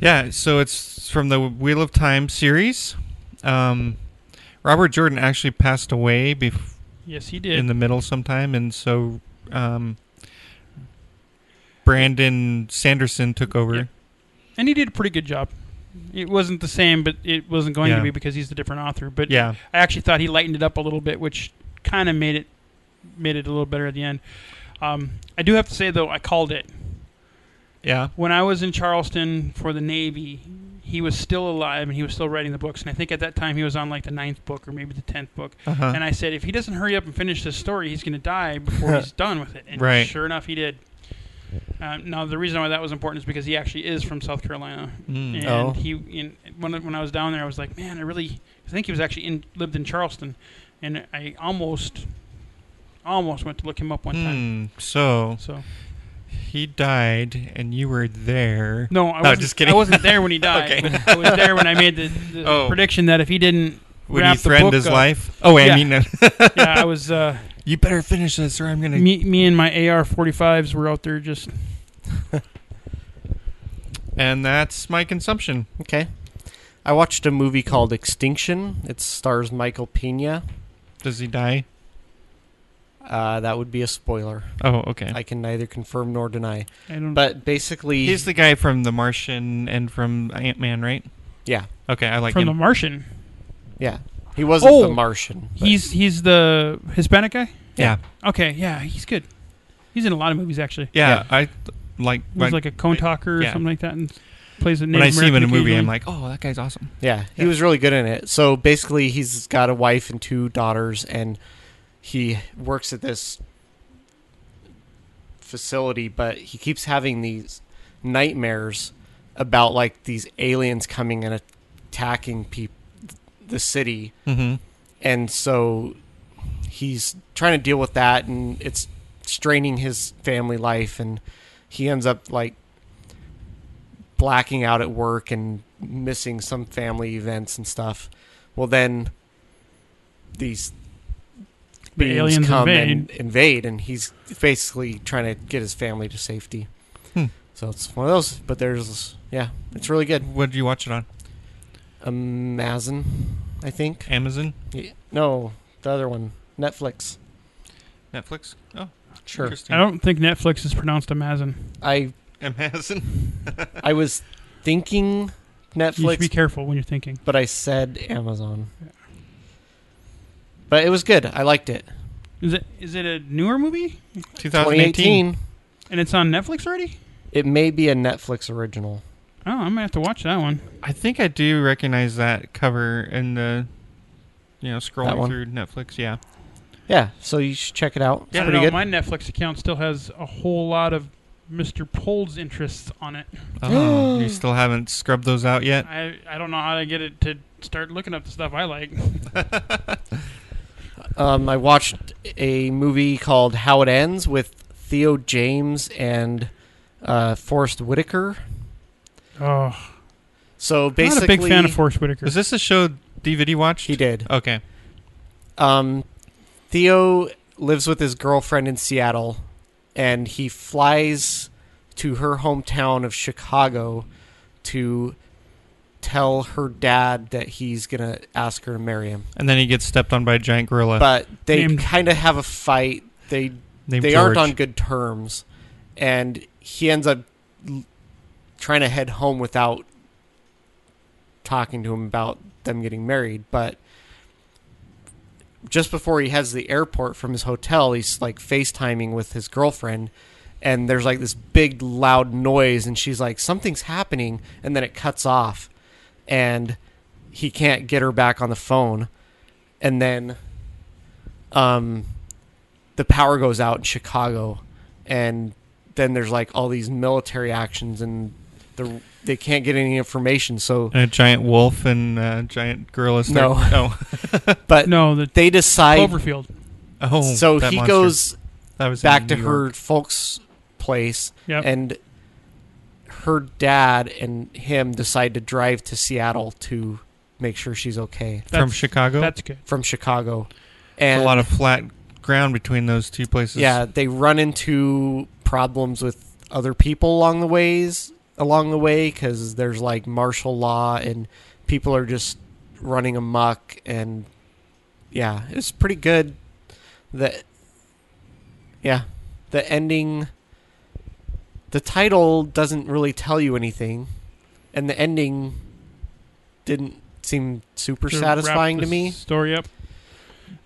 C: Yeah, so it's from the Wheel of Time series. Um, Robert Jordan actually passed away bef-
E: Yes, he did.
C: in the middle sometime, and so um, Brandon Sanderson took over.
E: Yeah. and he did a pretty good job. It wasn't the same, but it wasn't going
C: Yeah.
E: to be because he's a different author. But
C: Yeah,
E: I actually thought he lightened it up a little bit, which kind of made it made it a little better at the end. Um, I do have to say though, I called it
C: yeah,
E: when I was in Charleston for the Navy. He was still alive and he was still writing the books, and I think at that time he was on like the ninth book or maybe the tenth book.
C: uh-huh.
E: And I said, if he doesn't hurry up and finish this story, he's going to die before he's done with it. And
C: Right.
E: sure enough, he did. Uh, now, the reason why that was important is because he actually is from South Carolina.
C: Mm.
E: And
D: Oh.
E: he, in, when, I- when I was down there, I was like, man, I really, I think he was actually in, lived in Charleston. And I almost, almost went to look him up one time.
C: Hmm, so
E: So
C: he died, and you were there.
E: no, I
C: No,
E: wasn't,
C: just kidding.
E: I wasn't there when he died.
C: Okay.
E: but I was there when I made the, the
C: Oh.
E: prediction that if he didn't,
C: when
E: wrap
C: he
E: the
C: threatened
E: book
C: his
E: up.
C: life. Oh, I
E: Yeah.
C: mean,
E: yeah, I was. Uh,
C: you better finish this, or I'm gonna.
E: me, me and my AR-45s were out there just
C: And that's my consumption.
D: Okay. I watched a movie called Extinction. It stars Michael Pena.
C: Does he die?
D: Uh, that would be a spoiler.
C: Oh, okay.
D: I can neither confirm nor deny.
E: I don't
D: But basically,
C: He's the guy from The Martian and from Ant Man, right?
D: yeah,
C: Okay, I like
E: from
C: him.
E: The Martian.
D: yeah. He wasn't the
E: Oh!
D: Martian. but-
E: He's he's the Hispanic guy.
C: yeah.
E: Okay, yeah, he's good. He's in a lot of movies actually.
C: yeah, I th- like.
E: He was
C: when-
E: like a cone talker or
C: yeah.
E: something like that, and plays a
C: when
E: Native
C: I see him in a
E: American
C: movie, I'm
E: occasionally.
C: like, oh, that guy's awesome.
D: yeah, he
C: yeah.
D: was really good in it. So basically, he's got a wife and two daughters, and he works at this facility, but he keeps having these nightmares about like these aliens coming and attacking people, the city.
C: Mm-hmm.
D: and so he's trying to deal with that and it's straining his family life and he ends up like blacking out at work and missing some family events and stuff well then these
E: The
D: beings
E: aliens
D: come
E: invade.
D: and invade and he's basically trying to get his family to safety
C: Hmm.
D: so it's one of those but there's yeah it's really good
C: What did you watch it on?
D: amazon i think
C: Amazon,
D: yeah. no the other one netflix
C: Netflix. Oh,
D: Sure.
E: I don't think Netflix is pronounced Amazon.
D: I
C: Amazon.
D: I was thinking
E: You should be
D: Netflix,
E: careful when you're thinking.
D: but I said Amazon. But it was good. I liked it.
E: Is it is it a newer movie
C: 2018.
D: 2018.
E: and it's on Netflix already?
D: It may be a Netflix original.
E: Oh, I'm gonna have to watch that one.
C: I think I do recognize that cover in the, you know, scrolling
D: one?
C: through Netflix. Yeah.
D: Yeah, so you should check it out. It's
E: I don't
D: pretty
E: know.
D: good.
E: My Netflix account still has a whole lot of Mr. Pold's interests on it.
C: Oh, you still haven't scrubbed those out yet.
E: I I don't know how to get it to start looking up the stuff I like.
D: Um, I watched a movie called How It Ends with Theo James and uh, Forrest Whitaker.
E: Oh,
D: So
E: I'm not a
D: basically,
E: big fan of Forrest Whitaker.
C: Is this a show DVD watched?
D: he did.
C: Okay.
D: um, Theo lives with his girlfriend in Seattle, and he flies to her hometown of Chicago to tell her dad that he's gonna ask her to marry him.
C: And then he gets stepped on by a giant gorilla.
D: But they
E: Named-
D: kind of have a fight. They
C: named
D: they aren't
C: George.
D: on good terms, and he ends up l- trying to head home without talking to him about them getting married. But just before he heads to the airport from his hotel, he's like FaceTiming with his girlfriend, and there's like this big loud noise, and she's like, "Something's happening," and then it cuts off, and he can't get her back on the phone, and then, um, the power goes out in Chicago, and then there's like all these military actions, and the, they can't get any information. So,
C: And a giant wolf and a giant gorilla. Start, no. Oh.
D: but
E: no, the
D: they decide.
E: Cloverfield.
C: Oh.
D: so
C: that
D: he
C: monster.
D: goes
C: That was
D: back
C: in
D: to
C: New
D: her
C: York.
D: folks' place,
E: Yep.
D: and her dad and him decide to drive to Seattle to make sure she's okay
C: from
E: That's-
C: Chicago.
E: That's good.
D: from Chicago.
C: There's
D: And
C: a lot of flat ground between those two places.
D: yeah, they run into problems with other people along the ways along the way because there's like martial law and people are just running amok and yeah, it's pretty good. That yeah, the ending, the title doesn't really tell you anything, and the ending didn't seem super
E: To wrap
D: satisfying to
E: this
D: me.
E: Story up.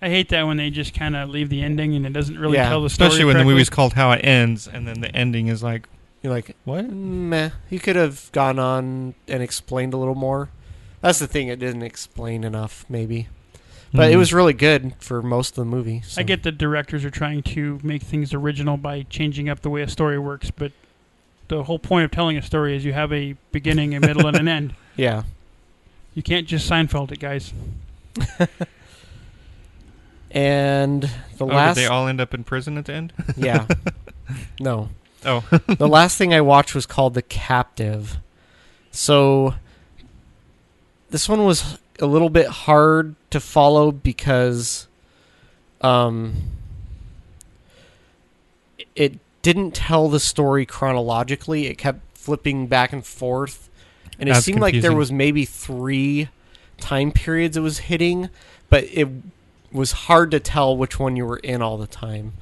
E: I hate that when they just kind of leave the ending and it doesn't really
D: Yeah.
E: tell the story.
C: especially when the
E: correctly.
C: movie's called How It Ends, and then the ending is like
D: You're like,
C: what?
D: Meh. You could have gone on and explained a little more. That's the thing; it didn't explain enough, maybe. But it
C: Mhm.
D: was really good for most of the movie. so-
E: Mm-hmm. I get that directors are trying to make things original by changing up the way a story works, but the whole point of telling a story is you have a beginning, a middle, and an end.
D: Yeah,
E: You can't just Seinfeld it, guys.
D: and
C: Oh,
D: the last,
C: did they all end up in prison at the end?
D: yeah, no.
C: Oh.
D: the last thing I watched was called The Captive. So this one was a little bit hard to follow because um it didn't tell the story chronologically. It kept flipping back and forth. And it
C: That's
D: seemed like there
C: confusing.
D: was maybe 3 time periods it was hitting, but it was hard to tell which one you were in all the time.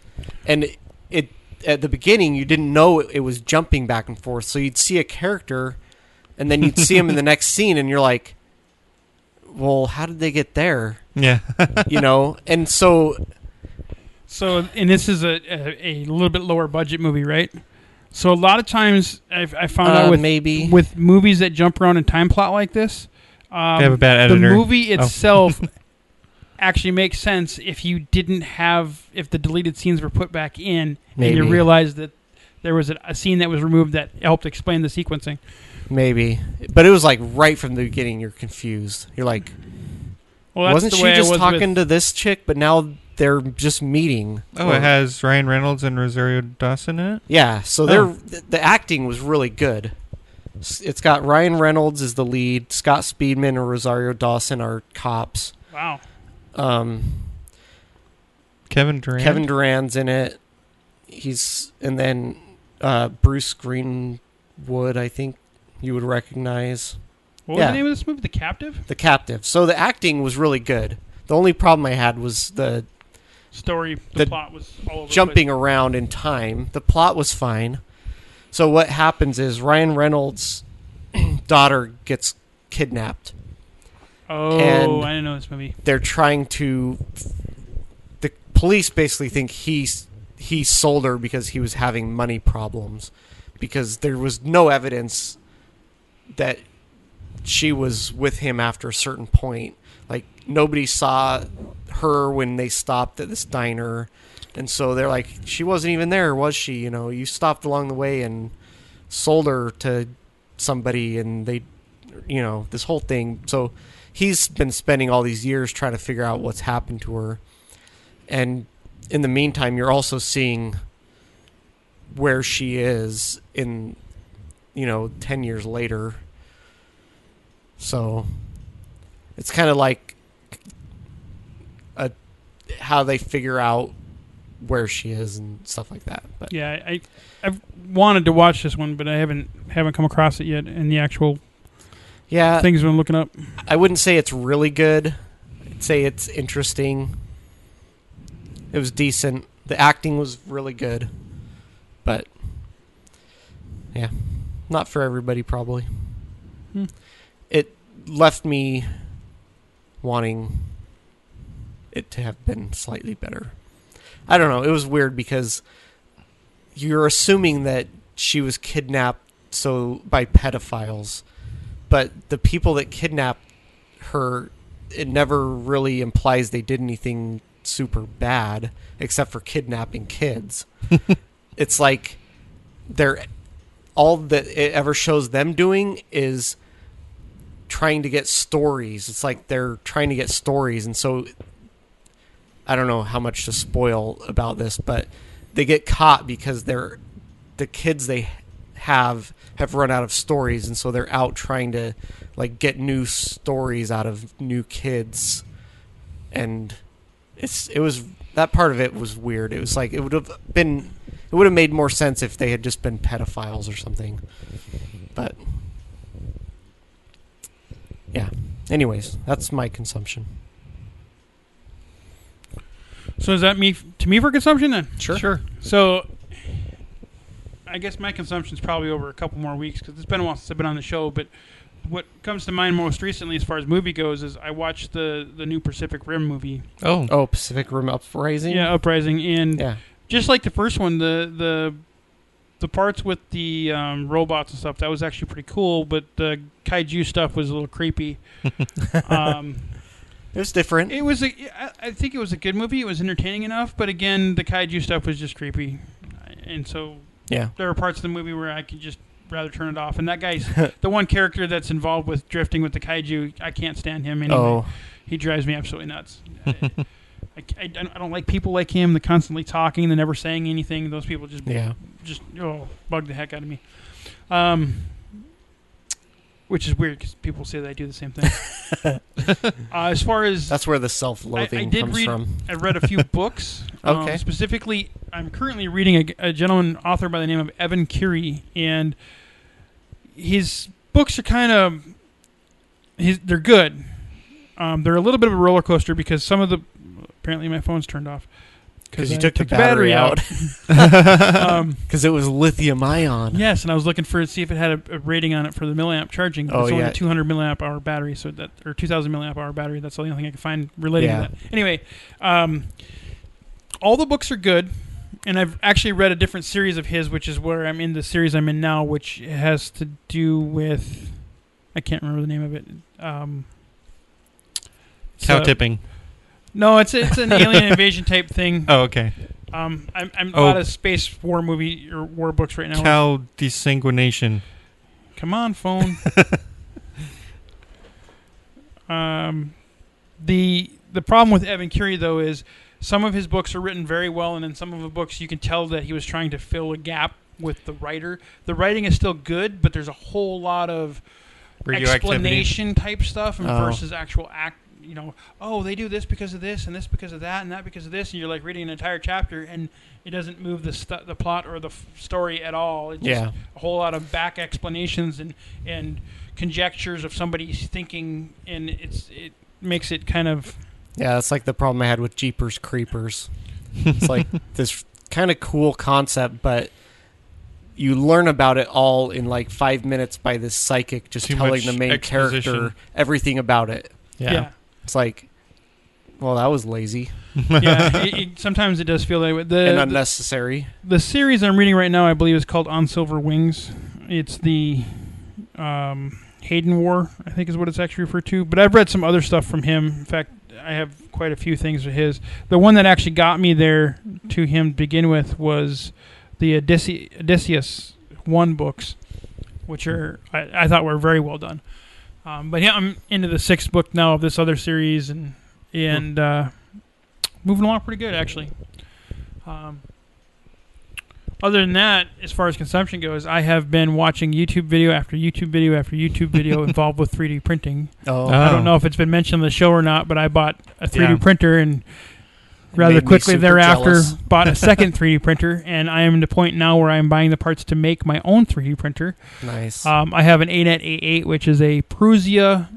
D: And it, it at the beginning you didn't know it, it was jumping back and forth. So you'd see a character and then you'd see him in the next scene and you're like, "Well, how did they get there?"
C: yeah.
D: You know? And so
E: So, and this is a, a, a little bit lower budget movie, right? So, a lot of times I've, I found
D: uh,
E: out with
D: maybe
E: with movies that jump around in time plot like this, um,
C: They have a bad editor.
E: The movie
C: Oh.
E: itself actually makes sense if you didn't have if the deleted scenes were put back in and
D: Maybe.
E: you realized that there was a, a scene that was removed that helped explain the sequencing.
D: maybe. But it was like right from the beginning you're confused. You're like,
E: Well, that's
D: "Wasn't
E: the
D: she
E: way I
D: just
E: was
D: talking
E: With,
D: to this chick, but now they're just meeting?"
C: Oh, it has Ryan Reynolds and Rosario Dawson in it.
D: Yeah, so they're
E: Oh.
D: th- the acting was really good. S- It's got Ryan Reynolds is the lead, Scott Speedman and Rosario Dawson are cops.
E: wow,
D: Um,
C: Kevin Durant.
D: Kevin Durant's in it. He's and then uh, Bruce Greenwood, I think you would recognize
E: what was
D: Yeah.
E: the name of this movie? The Captive
D: the captive. So the acting was really good. The only problem I had was the
E: story. The,
D: The
E: plot was all over the
D: jumping around in time. The plot was fine. So what happens is Ryan Reynolds' daughter gets kidnapped.
E: place. Oh,
D: and-
E: I didn't know this movie.
D: They're trying to. The police basically think he s- he sold her because he was having money problems, because there was no evidence that she was with him after a certain point. Like nobody saw her when they stopped at this diner, and so they're like, she wasn't even there, was she? You know, you stopped along the way and sold her to somebody, and they, you know, this whole thing. So he's been spending all these years trying to figure out what's happened to her, and in the meantime, you're also seeing where she is in, you know, ten years later. So it's kind of like a how they figure out where she is and stuff like that. But
E: Yeah, I I've wanted to watch this one, but I haven't haven't come across it yet in the actual
D: yeah,
E: things I'm looking up.
D: I wouldn't say it's really good. I'd say it's interesting. It was decent. The acting was really good. But yeah, not for everybody probably.
E: Hmm.
D: It left me wanting it to have been slightly better. I don't know. It was weird because you're assuming that she was kidnapped so by pedophiles, but the people that kidnapped her it never really implies they did anything super bad except for kidnapping kids. it's like they're all that it ever shows them doing is trying to get stories. It's like they're trying to get stories and so I don't know how much to spoil about this, but they get caught because they're the kids they have have run out of stories, and so they're out trying to like get new stories out of new kids, and it's it was that part of it was weird. It was like it would have been it would have made more sense if they had just been pedophiles or something, but yeah. Anyways, that's my consumption.
E: So is that me to me for consumption then?
D: Sure.
E: Sure. So I guess my consumption's probably over a couple more weeks because it's been a while since I've been on the show. But what comes to mind most recently, as far as movie goes, is I watched the the new Pacific Rim movie,
C: Oh,
D: Oh, Pacific Rim Uprising.
E: yeah, Uprising, and
D: Yeah.
E: just like the first one, the the the parts with the um, robots and stuff that was actually pretty cool, but the kaiju stuff was a little creepy. um,
D: It was different.
E: it was a, I- I think it was a good movie. It was entertaining enough, but again, the kaiju stuff was just creepy, and so
D: yeah.
E: there are parts of the movie where I could just rather turn it off. And that guy's the one character that's involved with drifting with the kaiju. I can't stand him anyway.
D: Oh,
E: He drives me absolutely nuts. I, I- I don't, I don't like people like him. They're constantly talking. They're never saying anything. Those people just
D: yeah.
E: just oh, bug the heck out of me. Um, which is weird because people say that I do the same thing. uh, as far as
D: That's where the self-loathing
E: I- I did
D: comes
E: read-
D: from.
E: I read a few books. um,
D: Okay.
E: specifically, I'm currently reading a, g- a gentleman author by the name of Evan Curie, and his books are kind of his. They're good. Um, they're a little bit of a roller coaster because some of the apparently my phone's turned off
D: Because
E: I
D: you took, the battery, out.
E: um,
D: Because it was lithium ion.
E: yes, and I was looking for see if it had a, a rating on it for the milliamp charging. but
D: Oh,
E: it's only
D: yeah.
E: a 200 milliamp hour battery, so that or 2,000 milliamp hour battery. That's the only thing I could find relating
D: Yeah.
E: to that. Anyway, um, all the books are good, and I've actually read a different series of his, which is where I'm in the series I'm in now, which has to do with I can't remember the name of it. Um, it's
C: cow
E: a-
C: tipping.
E: No, it's it's an alien invasion type thing.
C: Oh, okay.
E: Um, I'm I'm
C: Oh.
E: out of space war movie or war books right now.
C: Cow desanguination.
E: Come on, phone. um, the the problem with Evan Curie though is some of his books are written very well, and in some of the books you can tell that he was trying to fill a gap with the writer. The writing is still good, but there's a whole lot of
C: Radioactivity.
E: explanation type stuff and
D: Oh.
E: versus actual act. You know, oh, they do this because of this, and this because of that, and that because of this, and you're like reading an entire chapter, and it doesn't move the stu- the plot or the f- story at all. It just,
D: Yeah.
E: a whole lot of back explanations and and conjectures of somebody's thinking, and it's it makes it kind of
D: Yeah, that's like the problem I had with Jeepers Creepers. It's like this kind of cool concept, but you learn about it all in like five minutes by this psychic just
C: Too much
D: telling the main
C: exposition.
D: character everything about it.
E: yeah
D: It's like, well, that was lazy
E: yeah. it, it- sometimes it does feel that way. The,
D: and
E: the
D: unnecessary.
E: the series I'm reading right now, I believe, is called On Silver Wings. It's the um, Hayden War, I think, is what it's actually referred to. But I've read some other stuff from him. In fact, I have quite a few things of his. The one that actually got me there to him to begin with was the Odysseus, Odysseus One books, which are I, I thought were very well done. Um, but yeah, I'm into the sixth book now of this other series, and and uh, moving along pretty good actually. Um, other than that, as far as consumption goes, I have been watching YouTube video after YouTube video after YouTube video involved with 3D printing.
D: Oh,
C: Uh,
E: I don't know if it's been mentioned on the show or not, but I bought a 3D
C: Yeah.
E: printer and
D: it
E: rather
D: made me
E: quickly
D: super
E: thereafter
D: jealous.
E: bought a second 3D printer, and I am at the point now where I am buying the parts to make my own 3D printer.
D: Nice.
E: Um, I have an ANET A8, which is a Prusia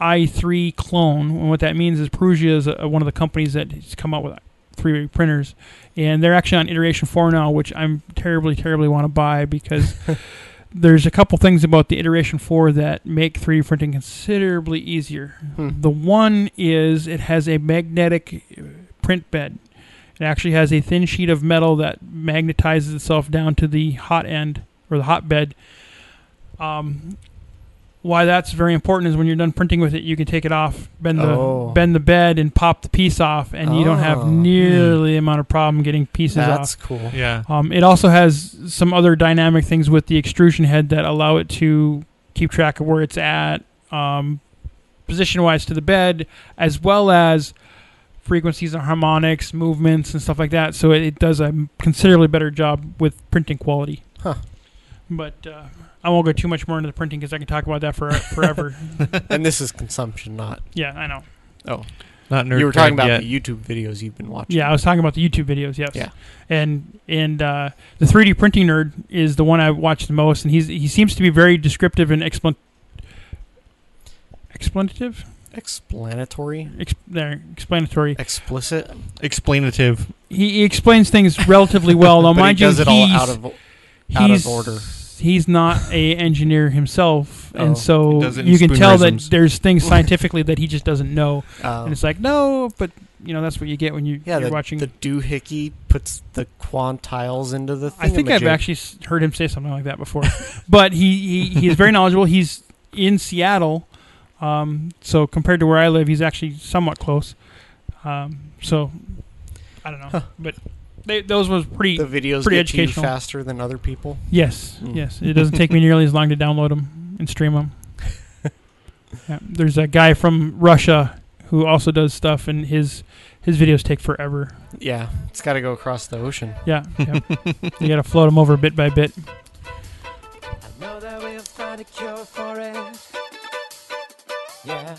E: i3 clone. And what that means is Prusia is a, one of the companies that has come out with 3D printers. And they're actually on iteration 4 now, which I'm terribly, terribly want to buy because there's a couple things about the iteration 4 that make 3D printing considerably easier.
D: Hmm.
E: The one is it has a magnetic uh, print bed. It actually has a thin sheet of metal that magnetizes itself down to the hot end or the hot bed. Um, why that's very important is when you're done printing with it, you can take it off, bend the
D: Oh.
E: bend the bed, and pop the piece off, and you don't have
D: Oh.
E: nearly the amount of problem getting pieces
D: That's
E: off.
D: cool.
C: Yeah.
E: Um, it also has some other dynamic things with the extrusion head that allow it to keep track of where it's at, um, position wise to the bed, as well as frequencies and harmonics, movements, and stuff like that. So it, it does a considerably better job with printing quality.
D: Huh.
E: But uh, I won't go too much more into the printing because I can talk about that for forever.
D: and this is consumption, not.
E: yeah, I know.
D: Oh,
C: Not nerd
D: you were talking
C: cred
D: about
C: yet.
D: the YouTube videos you've been watching.
E: Yeah, I was talking about the YouTube videos. Yes.
D: Yeah.
E: And and uh, the 3D printing nerd is the one I watch the most, and he's he seems to be very descriptive and explan explanative,
D: Explanatory,
E: Ex- there, explanatory.
D: explicit.
C: explanative.
E: He, he explains things relatively well. Though,
D: but
E: mind
D: he does
E: you,
D: it all
E: he's-
D: out of out of
E: he's-
D: order.
E: He's not a engineer himself,
D: Oh.
E: and
C: He
E: so
C: does it in
E: you can tell that
C: spoonerisms.
E: there's things scientifically that he just doesn't know, and
D: um,
E: it's like no, but you know that's what you get when you
D: yeah.
E: you're
D: The,
E: watching.
D: the doohickey puts the quantiles into the.
E: I think I've
D: thingamajig.
E: actually s- heard him say something like that before, but he, he he is very knowledgeable. He's in Seattle, um, so compared to where I live, he's actually somewhat close. Um, so I don't know, but they, those was pretty
D: the videos
E: pretty
D: get to you
E: educational.
D: faster than other people.
E: Yes,
D: Mm.
E: yes. It doesn't take me nearly as long to download them and stream them. yeah, there's a guy from Russia who also does stuff, and his his videos take forever.
D: Yeah, it's got to go across the ocean.
E: Yeah, yeah. you got to float them over bit by bit.
H: know that we'll find a cure for it. Yeah.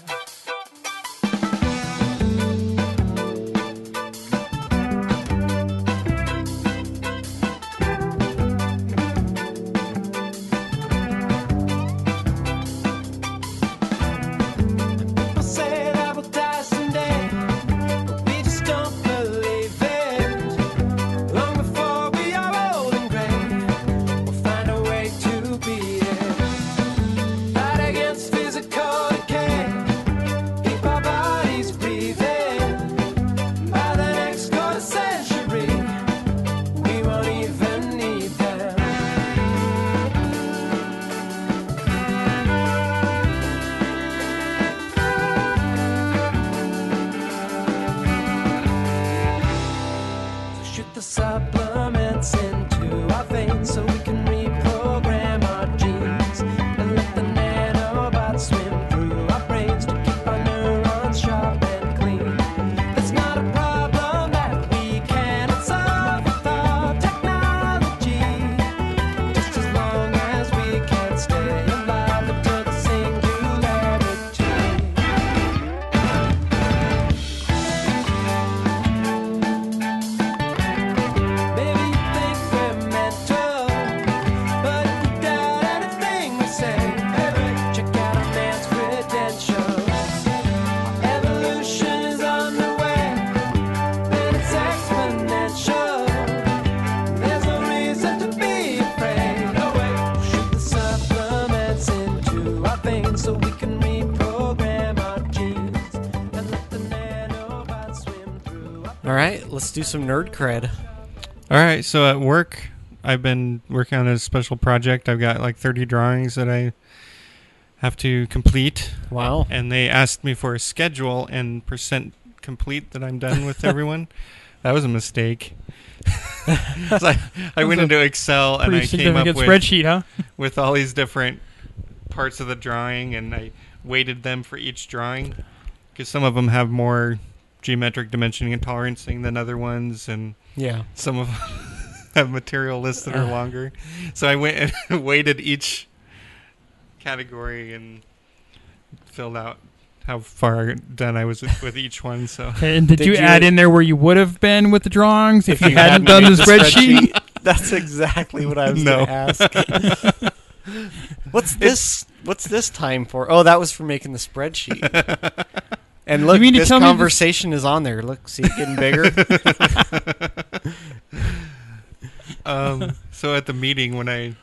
H: People say that we'll die someday, but we just don't believe it. Long before we are old and gray, We'll find a way to be it. Fight against physical decay. Keep our bodies breathing. By the next quarter century, we won't even need them. So shoot the supplements into our veins so we can reprogram our genes. And let the nanobots swim through our brains to keep our neurons sharp and clean. That's not a problem that we cannot solve with our technology. Just as long as we can stay alive until the singularity. Maybe you think we're mental, but if you doubt anything we say, check out a man's credentials. Evolution is on the way, and it's exponential. There's no reason to be afraid. Shoot the supplements into our veins so we can reprogram our genes and let the nanobots swim through our.
D: All right, let's do some nerd cred.
C: All right, so at work, I've been working on a special project. I've got like 30 drawings that I have to complete,
D: Wow.
C: and they asked me for a schedule and percent complete that I'm done with everyone. That was a mistake. So I, I went into Excel and I
E: Pretty
C: came up
E: significant
C: with
E: spreadsheet, huh?
C: with all these different parts of the drawing and I weighted them for each drawing because some of them have more geometric dimensioning and tolerancing than other ones and
D: Yeah.
C: some of them have material lists that are longer. So I went and weighted each category and filled out how far done I was with each one. So
E: Okay, and did,
D: Did
E: you,
D: you-
E: add in there where you would have been with the drawings if, you hadn't done the
D: made
E: spreadsheet?
D: That's exactly what I was
C: No.
D: going to ask. what's this? What's this time for? Oh, that was for making the spreadsheet. And look,
E: You mean to
D: this
E: tell me this-
D: conversation is on there. Look, see it getting bigger.
C: um, so at the meeting when I,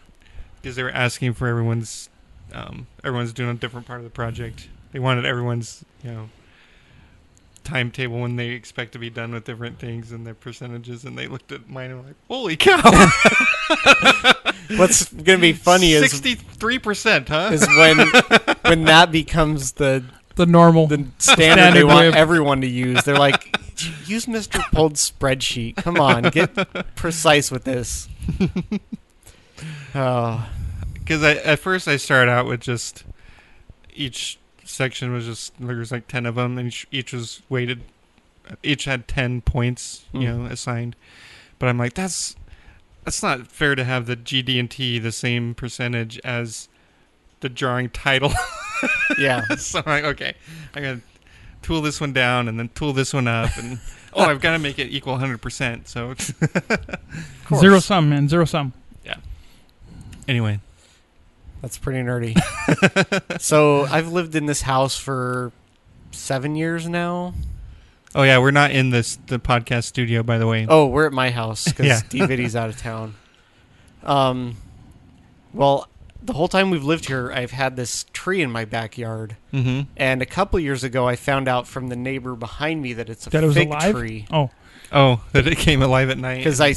C: because they were asking for everyone's, um, everyone's doing a different part of the project. They wanted everyone's, you know, timetable when they expect to be done with different things and their percentages. And they looked at mine and were like, "Holy cow,
D: what's going to be funny is
C: sixty-three percent, huh?"
D: is when when that becomes the
E: The normal.
D: the standard they
E: Standard
D: want
E: way of-
D: everyone to use. They're like, use Mr. Pold's spreadsheet. Come on, get precise with this. Oh,
C: because I at first I started out with just each section was just there was like ten of them, and each, each was weighted. Each had ten points, you
D: Mm.
C: know, assigned. But I'm like, that's That's not fair to have the GD and T the same percentage as the drawing title.
D: Yeah.
C: so I'm like, okay, I gotta tool this one down and then tool this one up, and oh, I've got to make it equal 100. percent So it's-
E: Zero sum, man. Zero sum.
C: anyway,
D: That's pretty nerdy. so I've lived in this house for seven years now.
C: oh yeah, we're not in this the podcast studio by the way.
D: Oh, we're at my house because
C: Yeah.
D: DVD's out of town. Um, well, the whole time we've lived here, I've had this tree in my backyard,
C: Mm-hmm.
D: and a couple years ago, I found out from the neighbor behind me that it's a
E: That it was
D: fig
E: alive?
D: tree
E: Oh,
C: Oh, that it came alive at night.
D: because I,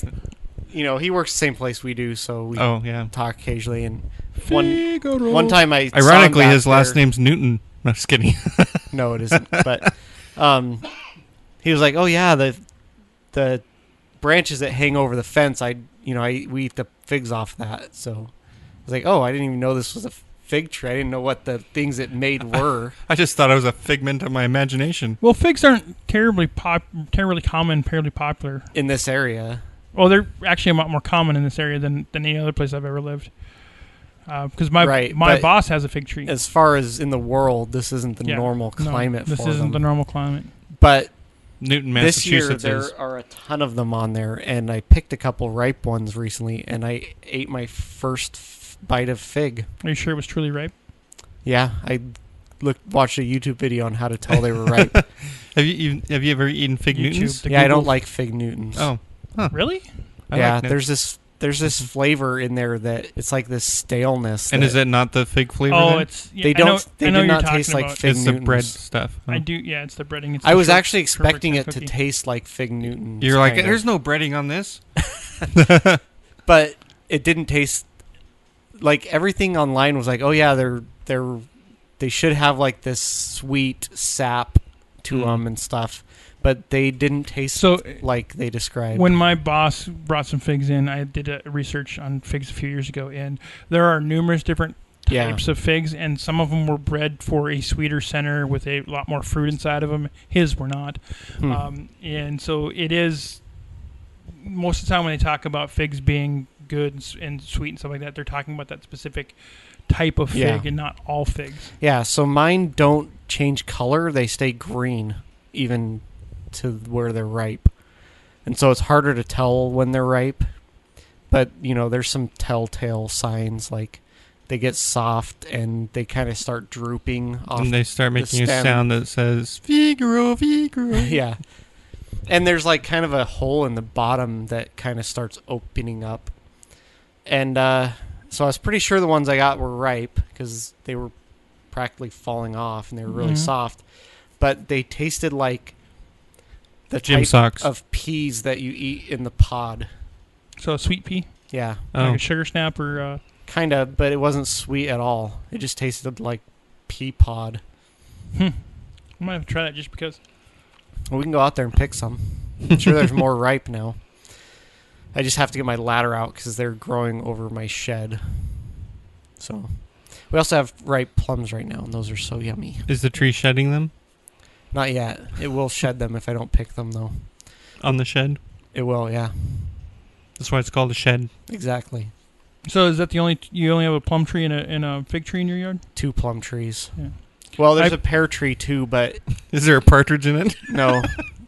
D: you know, he works the same place we do, so we
C: Oh yeah.
D: talk occasionally. And one one time, I saw him
C: Ironically,
D: back
C: his last
D: there.
C: name's Newton. No, just kidding.
D: No, it isn't. but um, he was like, "Oh yeah, the the branches that hang over the fence. I you know I we eat the figs off that." So I was like, "Oh, I didn't even know this was a fig tree. I didn't know what the things it made were."
C: I just thought it was a figment of my imagination.
E: well, figs aren't terribly pop, terribly common, terribly popular.
D: in this area.
E: Well, they're actually a lot more common in this area than, than any other place I've ever lived. Because my
D: Right,
E: my
D: but-
E: boss has a fig tree.
D: As far as in the world, this isn't the
E: Yeah.
D: normal
E: No,
D: climate
E: This
D: for
E: isn't
D: them.
E: the normal climate.
D: but
C: Newton,
D: this year
C: Massachusetts
D: there
C: is.
D: are a ton of them on there, and I picked a couple ripe ones recently, and I ate my first f- bite of fig.
E: Are you sure it was truly ripe?
D: Yeah, I looked watched a YouTube video on how to tell they were ripe.
C: Have you, you have you ever eaten fig
E: YouTube.
C: Newtons?
E: The
D: yeah, I don't
E: Googles-
D: like fig Newtons.
C: Oh,
E: Really?
C: I
D: yeah.
C: like Newtons. Mm-hmm.
D: there's this there's this flavor in there that it's like this staleness.
C: and
D: that
C: is it not the fig flavor?
E: Oh,
C: then?
E: it's yeah,
D: they
E: I
D: don't
E: know-
D: they
E: I know
D: do
E: you're
D: not
E: talking
D: taste like
E: about.
D: fig
C: it's the
D: Newtons.
C: bread stuff. Oh. huh?
E: I do. Yeah, it's the breading. It's
D: I
E: the
D: was
E: short-
D: actually
E: shortbread
D: expecting it
E: type
D: to
E: cookie.
D: taste like fig Newtons.
C: You're like,
D: kind of.
C: there's no breading on this.
D: but it didn't taste like everything online was like, oh yeah, they're they're they should have like this sweet sap to
C: Mm.
D: them and stuff, but they didn't taste
E: So,
D: like they described.
E: When my boss brought some figs in, I did a research on figs a few years ago, and there are numerous different
D: Yeah.
E: types of figs, and some of them were bred for a sweeter center with a lot more fruit inside of them. His were not,
D: Hmm.
E: um, and so it is. Most of the time, when they talk about figs being good and s- and sweet and stuff like that, they're talking about that specific type of fig
D: Yeah.
E: and not all figs.
D: Yeah, so mine don't change color, they stay green even to where they're ripe. And so it's harder to tell when they're ripe. But, you know, there's some telltale signs like they get soft and they kind of start drooping off.
C: and they start
D: the
C: making a
D: stem.
C: sound that says Figaro, Figaro.
D: yeah. And there's like kind of a hole in the bottom that kind of starts opening up. And uh, so I was pretty sure the ones I got were ripe because they were practically falling off and they were really
C: Mm-hmm.
E: Mhm.
D: soft. But they tasted like the
C: Gym
D: type
C: socks.
D: of peas that you eat in the pod.
E: So a sweet pea,
D: Yeah,
C: oh,
E: like a sugar snap, or uh,
D: kind of, but it wasn't sweet at all. It just tasted like pea pod.
E: I might have to try that just because.
D: Well, we can go out there and pick some. I'm sure there's more ripe now. I just have to get my ladder out because they're growing over my shed. So, we also have ripe plums right now, and those are so yummy.
C: is the tree shedding them
D: Not yet. It will shed them if I don't pick them, though.
C: on the shed?
D: It will, yeah.
C: That's why it's called a shed.
D: Exactly.
E: So is that the only you only have a plum tree and a and a fig tree in your yard?
D: Two plum trees.
E: Yeah.
D: Well, there's
E: I-
D: a pear tree too, but
C: Is there a partridge in it?
D: no.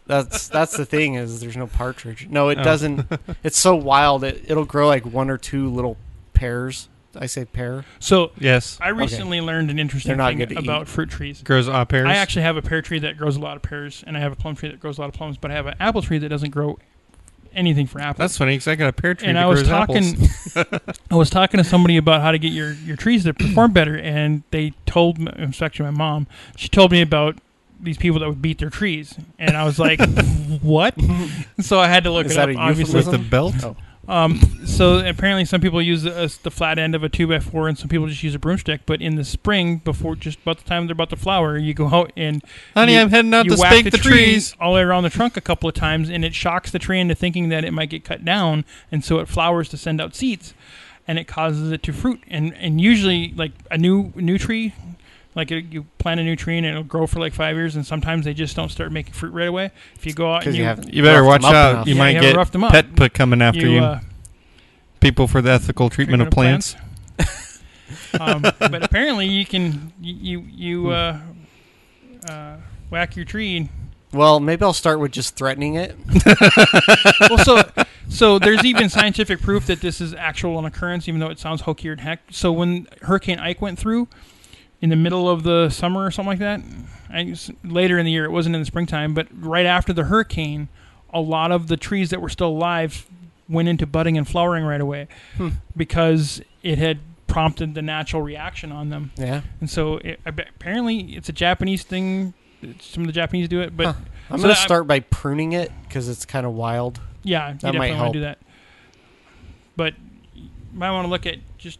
D: That's that's the thing is there's no partridge. No, it
C: Oh.
D: doesn't. It's so wild. It it'll grow like one or two little pears. I say pear.
E: So
C: yes,
E: I recently learned an interesting
D: They're not good
E: thing
D: to
E: about fruit trees.
C: grows au pairs.
E: I actually have a pear tree that grows a lot of pears, and I have a plum tree that grows a lot of plums, but I have an apple tree that doesn't grow anything for apples.
C: That's funny because I got a pear tree
E: and
C: that
E: I was
C: grows
E: talking,
C: apples.
E: I was talking to somebody about how to get your, your trees to perform better, and they told, me, it's actually my mom, she told me about these people that would beat their trees, and I was like, what? So I had to look
D: Is
E: it
D: that
E: up.
D: a
E: obviously,
C: with the belt.
D: Oh.
E: Um, so apparently, some people use the, uh, the flat end of a two by four, and some people just use a broomstick. But in the spring, before just about the time they're about to flower, you go out and
C: Honey,
E: you-
C: I'm heading out
E: you
C: to
E: whack
C: spank
E: the,
C: the trees.
E: all the way around the trunk a couple of times, and it shocks the tree into thinking that it might get cut down, and so it flowers to send out seeds, and it causes it to fruit. and And usually, like a new new tree, like it, you plant a new tree and it'll grow for like five years, and sometimes they just don't start making fruit right away. If you go out
D: Because
E: and you,
D: you haven't
C: You better
D: roughed
C: watch
D: them up
C: out.
D: enough.
C: You
E: Yeah,
C: might
E: you haven't
C: get
E: roughed 'em up.
C: pet put coming after you.
E: Uh,
C: people for the ethical treatment of plants.
E: um, but apparently, you can you you, you uh, uh, whack your tree. And,
D: Well, maybe I'll start with just threatening it.
E: well, so so there's even scientific proof that this is actual an occurrence, even though it sounds hokier than heck. So when Hurricane Ike went through in the middle of the summer or something like that, I guess later in the year, it wasn't in the springtime, but right after the hurricane, a lot of the trees that were still alive went into budding and flowering right away because it had prompted the natural reaction on them.
D: Yeah.
E: And so it, ab- apparently it's a Japanese thing. Some of the Japanese do it, but
D: Huh. I'm
E: So
D: gonna
E: that-
D: start by pruning it because it's kind of wild.
E: yeah, you
D: That
E: definitely
D: might
E: want
D: help.
E: to do that. But you might want to look at just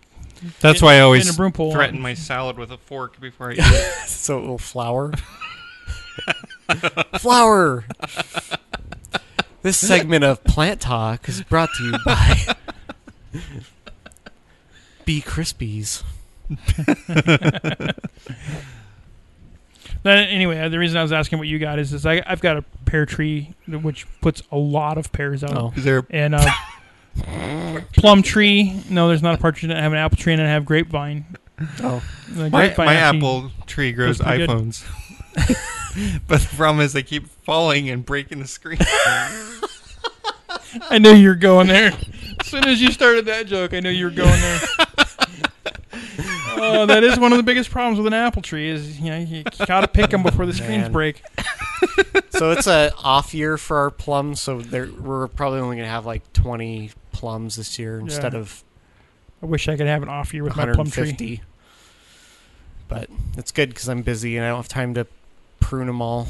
C: That's
E: in-
C: why I
E: in a
C: always
E: broom pole
C: threaten my salad with a fork before I eat it.
D: so it will flower. flower. This segment of Plant Talk is brought to you by Bee Crispies.
E: But anyway, uh, the reason I was asking what you got is, is I, I've got a pear tree which puts a lot of pears out,
D: Oh.
C: Is there
E: and uh, plum tree. No, there's not a partridge. in it. I have an apple tree and I have grapevine.
D: Oh.
E: The
C: my,
E: grapevine
C: my
E: actually-
C: apple tree grows
E: Looks pretty good.
C: iPhones. but the problem is they keep falling and breaking the screen.
E: I knew you were going there. As soon as you started that joke, I knew you were going there. Oh, that is one of the biggest problems with an apple tree is you know you gotta pick them before the screens
D: Man.
E: break.
D: So it's a off year for our plums, so there, we're probably only gonna have like 20 plums this year instead of
E: I wish I could have an off year with my plum tree.
D: 150. But it's good because I'm busy and I don't have time to prune them all.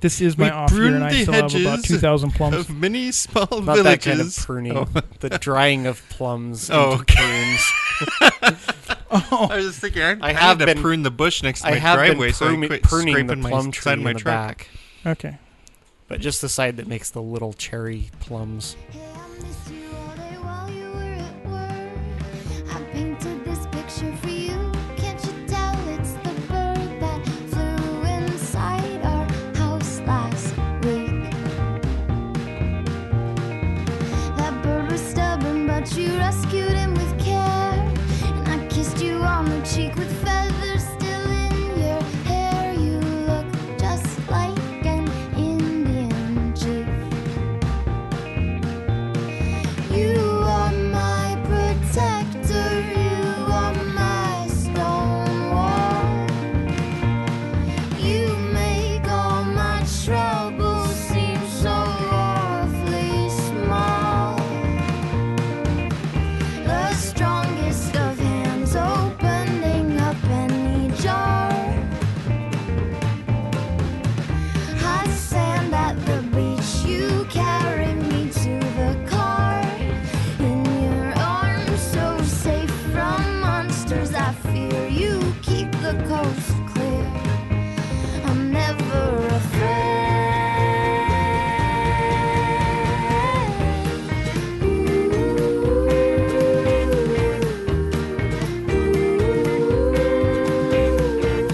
E: This is my
C: We
E: off year, and I
C: pruned the
E: still have about
C: hedges
E: two thousand plums.
C: of many small
D: Not
C: villages.
D: that kind of pruning.
C: Oh.
D: The drying of plums
C: Oh,
D: into
C: okay.
D: prunes.
C: I was just thinking, I,
D: I
C: I
D: have
C: have to
D: been-
C: prune the bush next to
D: I
C: my
D: have
C: driveway,
D: been
C: so I
D: prumi-
C: quit
D: pruning the
C: scraping
D: plum
C: my
D: tree
C: side of my
D: in the
C: truck.
D: back,
E: Okay,
D: but just the side that makes the little cherry plums.
I: You rescued him with care, and I kissed you on the cheek with feathers still in your hair. You look just like an Indian chief. You are my protector, you are my stone wall. You make all my troubles seem so awfully small. The strongest of hands opening up any jar. Hot sand at the beach, you carry me to the car. In your arms, so safe from monsters I fear. You keep the coast clear. I'm never afraid.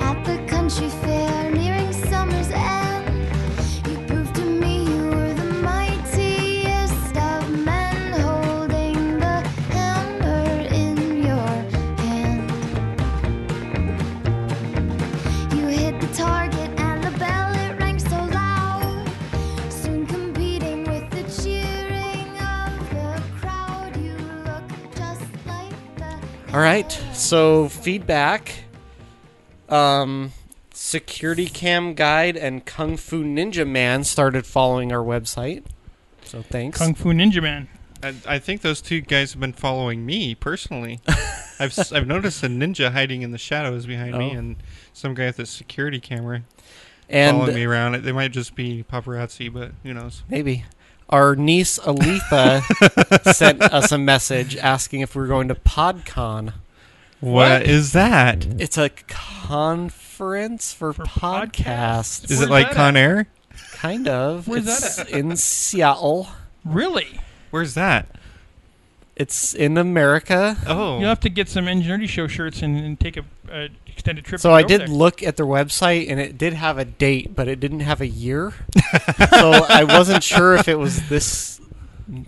I: At the country fair nearing summer's end, you proved to me you were the mightiest of men, holding the hammer in your hand. You hit the target and the bell it rang so loud, soon competing with the cheering of the crowd. You look just like the.
D: All right, so feedback. Um, security cam guide and Kung Fu Ninja Man started following our website, so thanks.
E: Kung Fu Ninja Man.
C: I, I think those two guys have been following me personally. I've s- I've noticed a ninja hiding in the shadows behind me,
D: Oh.
C: and some guy with a security camera following
D: and
C: me around. They might just be paparazzi, but who knows?
D: maybe our niece Aletha sent us a message asking if we were going to PodCon.
C: what is that?
D: It's a conference for,
E: For
D: podcasts.
C: Is
E: Where's
C: it like
E: that
C: Con Air?
D: Kind of.
E: Where's
D: it's
E: that
D: in Seattle.
E: Really?
C: Where's that?
D: It's in America.
C: Oh,
E: You'll have to get some Ingenuity Show shirts and, and take a, a extended trip.
D: So
E: over
D: I did
E: there.
D: look at their website and it did have a date, but it didn't have a year. so I wasn't sure if it was this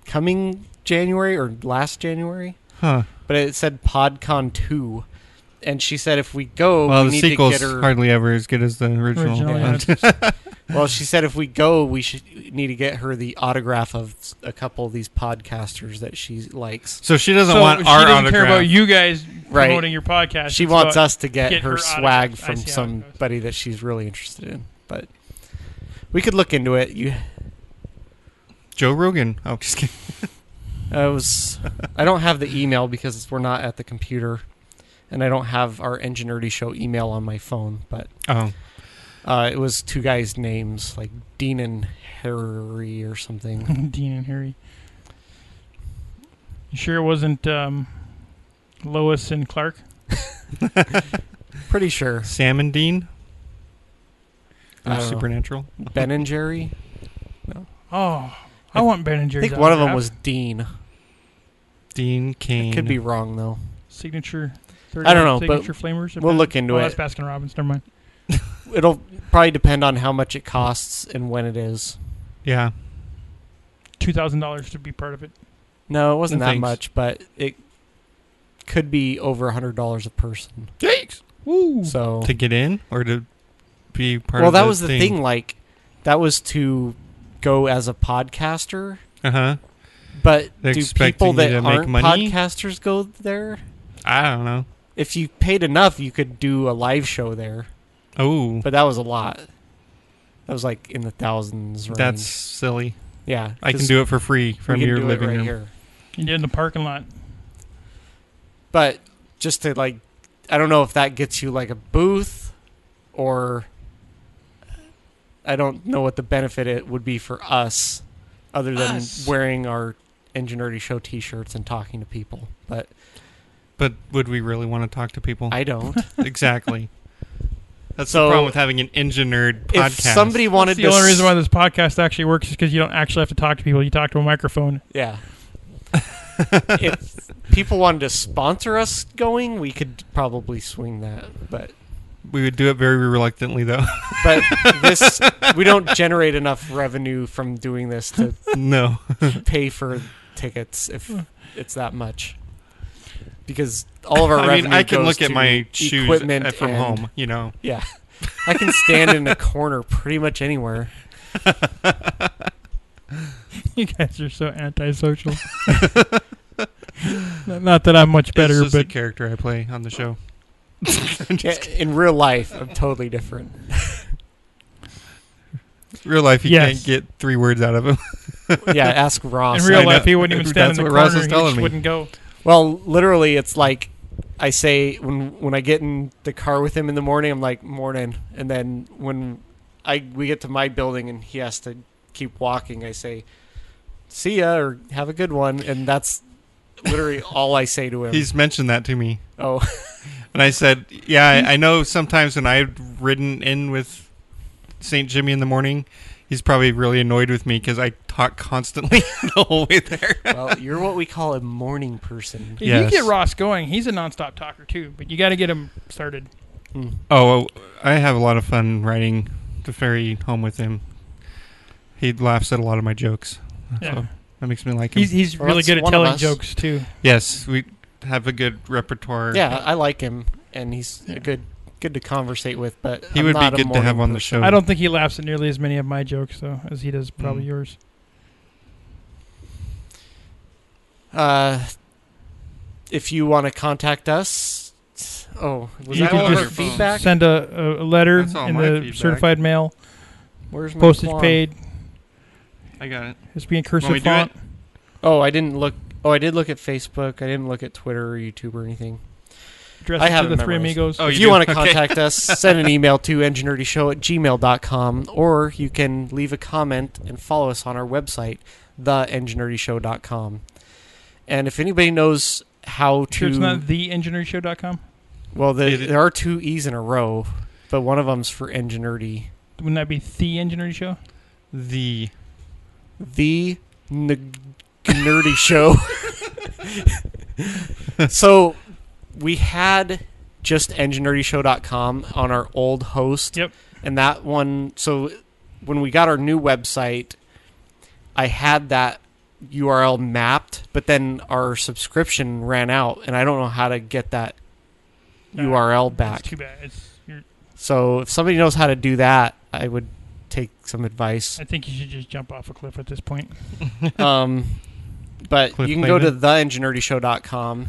D: coming January or last January,
C: Huh.
D: but it said PodCon two, and she said if we go,
C: Well,
D: we
C: the
D: need to
C: sequel's
D: get her.
C: hardly ever as good as the original.
E: Original,
C: one.
D: Well, she said if we go, we should need to get her the autograph of s- a couple of these podcasters that she likes.
C: So she doesn't
E: so
C: want
E: she
C: our
E: doesn't
C: autograph.
E: care about you guys
D: Right.
E: promoting your podcast.
D: She
E: It's
D: wants
E: about-
D: us to get,
E: get
D: her,
E: her
D: swag
E: autograph.
D: from
E: I see how it goes.
D: somebody that she's really interested in, but we could look into it. You
C: Joe Rogan. Oh, just kidding.
D: I was I don't have the email because we're not at the computer, and I don't have our Engineerty Show email on my phone. But
C: Oh,
D: uh, it was two guys' names like Dean and Harry or something.
E: Dean and Harry. You sure it wasn't um, Lois and Clark?
D: Pretty sure
C: Sam and Dean.
D: I
C: Or
D: don't know.
C: Supernatural.
D: Ben and Jerry.
E: Oh, I want Ben and
D: I
E: Jerry's.
D: think one of them
E: autograph.
D: was Dean.
C: Dean Kane.
D: Could be wrong though.
E: signature.
D: I don't know, but
E: signature flamers. or
D: we'll
E: Ben-
D: look into
E: oh,
D: it.
E: That's Baskin Robbins. Never mind.
D: It'll probably depend on how much it costs and when it is.
C: Yeah.
E: Two thousand dollars to be part of it.
D: No, it wasn't
C: No,
D: that
C: thanks.
D: much, but it could be over a hundred dollars a person.
C: Thanks.
E: Woo!
D: So
C: To get in or to be part
D: well
C: of
D: that
C: the
D: was the thing. like that was to go as a podcaster
C: Uh huh.
D: but
C: They're
D: do
C: expecting
D: people
C: you
D: that
C: to make
D: aren't
C: money?
D: podcasters go there
C: I don't know.
D: if you paid enough you could do a live show there
C: Oh,
D: but that was a lot that was like in the thousands range.
C: that's silly.
D: yeah
C: I can do it for free from your living room.
D: here
E: You did in the parking lot.
D: but just to like i don't know if that gets you like a booth or i don't know what the benefit it would be for us other than
C: Us.
D: wearing our ingenuity show t-shirts and talking to people but
C: But would we really want to talk to people?
D: i don't
C: exactly. That's
D: So-
C: the problem with having an engineered podcast.
D: if somebody wanted
E: That's the
D: to
E: only reason why
D: s-
E: this podcast actually works is because you don't actually have to talk to people. You talk to a microphone.
D: yeah if people wanted to sponsor us going we could probably swing that but
C: we would do it very reluctantly, though.
D: but this we don't generate enough revenue from doing this to
C: no.
D: pay for tickets if it's that much. Because all of our
C: I
D: revenue
C: mean, I can
D: goes
C: look at
D: to
C: my shoes
D: equipment
C: at- from
D: and-
C: home. You know,
D: Yeah, I can stand in a corner pretty much anywhere.
E: You guys are so antisocial. not, not that I'm much better,
C: it's just
E: but
C: the character I play on the show.
D: Yeah, in real life, I'm totally different.
C: Real life, you
E: Yes.
C: can't get three words out of him.
D: Yeah, ask Ross.
E: in real
C: I know.
E: life he wouldn't even stand
C: That's
E: in the
C: what Ross
E: corner.
C: is
E: He
C: telling
E: just
C: me.
E: wouldn't go.
D: Well, literally, it's like I say when when I get in the car with him in the morning, I'm like morning, and then when I we get to my building and he has to keep walking, I say see ya or have a good one, and that's literally all I say to him.
C: He's mentioned that to me,
D: oh,
C: and I said, "Yeah,
E: Hmm.
C: I, I know." Sometimes when I've ridden in with Saint Jimmy in the morning, he's probably really annoyed with me because I talk constantly the whole way there.
D: well, you're what we call a morning person.
E: If
C: Yes.
E: you get Ross going, he's a nonstop talker too. But you got to get him started.
C: Oh, I have a lot of fun riding the ferry home with him. He laughs at a lot of my jokes.
E: Yeah.
C: So that makes me like him.
E: He's he's
D: Well,
E: really
D: that's
E: good at
D: one of
E: telling
D: us.
E: jokes too.
C: yes, we have a good repertoire.
D: Yeah, I like him, and he's a good good to conversate with. But
C: he
D: I'm
C: would
D: not a
C: be good to
D: morning
C: have on the
D: person.
C: show.
E: I don't think he laughs at nearly as many of my jokes though as he does probably
C: Mm.
E: yours.
D: Uh, if you want to contact us, oh, was
E: You
D: that
E: can
D: all of our
E: just
D: feedback?
E: Send a, a letter
C: That's all
E: in
C: my
E: the
C: feedback.
E: certified mail,
D: Where's my
E: postage
D: quorum?
E: paid.
C: I got it.
E: It's being
C: Want me
E: cursive
C: to do
E: font.
D: Oh, I didn't look. Oh, I did look at Facebook. I didn't look at Twitter or YouTube or anything.
E: Address
D: I
E: it to
D: have
E: the
D: it
E: three amigos.
D: memorized.
C: Oh,
D: if
C: you
D: you
C: do?
D: want to
C: Okay.
D: contact us, send an email to engineerdyshow at gmail.com or you can leave a comment and follow us on our website, theengineerdyshow.com. And if anybody knows how
E: sure, it's
D: to.
E: not theengineershow.com.
D: Well, the,
C: It-
D: there are two E's in a row, but one of them's for engineerdy.
E: Wouldn't that be the engineering show?
C: The
D: the N- nerdy show. so we had just engineerdyshow.com on our old host.
E: Yep.
D: And that one so when we got our new website, I had that URL mapped, but then our subscription ran out, and I don't know how to get that
E: Back.
D: URL
E: It's
D: back.
E: too bad. It's, you're,
D: So if somebody knows how to do that, I would take some advice.
E: I think you should just jump off a cliff at this point.
D: um, but
C: Cliff
D: you can go to
C: Clavin?
D: theenginerdysthow.com.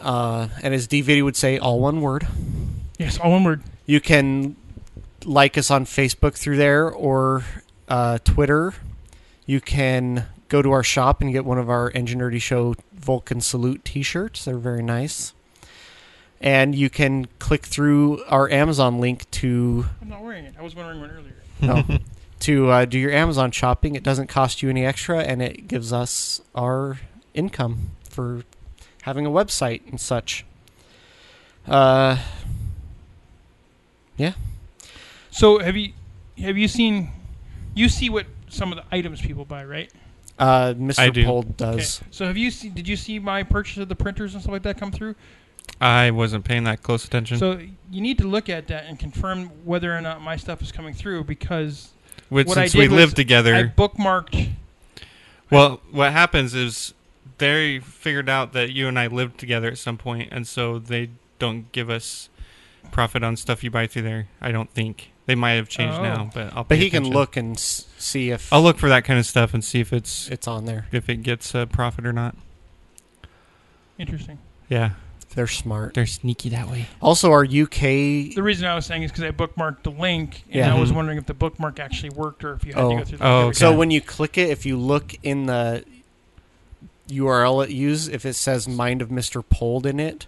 D: Uh, and as DVD would say, all one word.
E: Yes, all one word.
D: You can like us on Facebook through there or uh, Twitter. You can go to our shop and get one of our Engine Nerdy Show Vulcan Salute t shirts. They're very nice. And you can click through our Amazon link to
E: I'm not wearing it. I was wearing one earlier.
D: no, to uh, do your Amazon shopping. It doesn't cost you any extra, and it gives us our income for having a website and such. Uh,
E: So have you have you seen? You see what some of the items people buy, right?
D: uh,
C: I
D: Mr.
C: do.
D: Pold does.
E: So have you seen? Did you see my purchase of the printers and stuff like that come through?
C: I wasn't paying that close attention.
E: So you need to look at that and confirm whether or not my stuff is coming through because
C: Which,
E: what I
C: since we
E: did was
C: live
E: I
C: together,
E: bookmarked.
C: well, what happens is they figured out that you and I lived together at some point, and so they don't give us profit on stuff you buy through there. I don't think they might have changed
E: Oh.
C: now, but I'll. Pay
D: But he can
C: attention.
D: look and s- see if
C: I'll look for that kind of stuff and see if it's
D: it's on there.
C: if it gets a profit or not.
E: Interesting.
C: Yeah,
D: They're smart.
C: they're sneaky that way.
D: Also, our UK.
E: The reason I was saying is because I bookmarked the link, and
D: Yeah. Mm-hmm.
E: I was wondering if the bookmark actually worked or if you had to
D: Oh.
E: go through. The
C: Oh,
E: every-
C: okay.
D: So when you click it, if you look in the URL it used, if it says "Mind of Mr. Pold" in it,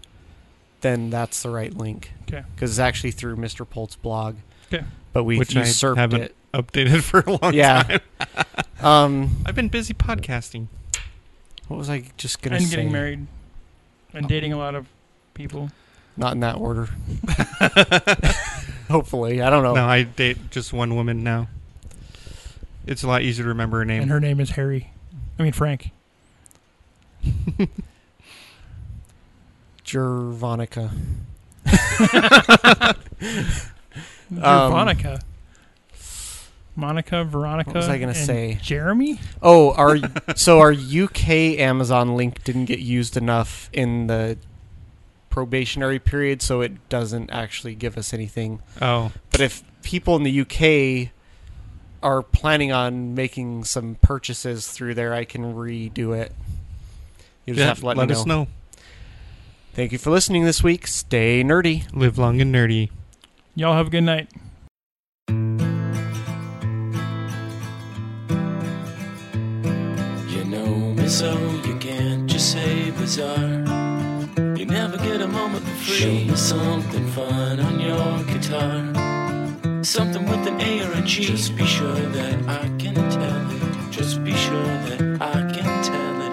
D: then that's the right link.
E: Okay.
D: Because it's actually through Mr. Pold's blog.
E: Okay.
D: But we
C: Which I
D: usurped
C: haven't-
D: it.
C: Updated for a long
D: Yeah.
C: time.
D: Um,
C: I've been busy podcasting.
D: what was I just gonna
E: and
D: say?
E: getting married, and dating a lot of people.
D: Not in that order. Hopefully, I don't know.
C: No, I date just one woman now. It's a lot easier to remember her name.
E: And her name is Harry. I mean Frank.
D: Gervonica. Um,
E: Veronica. Monica, Veronica.
D: what was I gonna
E: and
D: say?
E: Jeremy.
D: Oh, our so our UK Amazon link didn't get used enough in the probationary period, so it doesn't actually give us anything.
C: Oh,
D: But if people in the UK are planning on making some purchases through there, I can redo it. You just
C: yeah,
D: have to let,
C: let
D: me
C: us
D: know.
C: know.
D: Thank you for listening this week. Stay nerdy.
C: Live long and nerdy.
E: Y'all have a good night.
B: You know me so you can't just say bizarre. You never get a moment for free. Show me something fun on your guitar. Something with an A or a G. Just be sure that I can tell it. Just be sure that I can tell it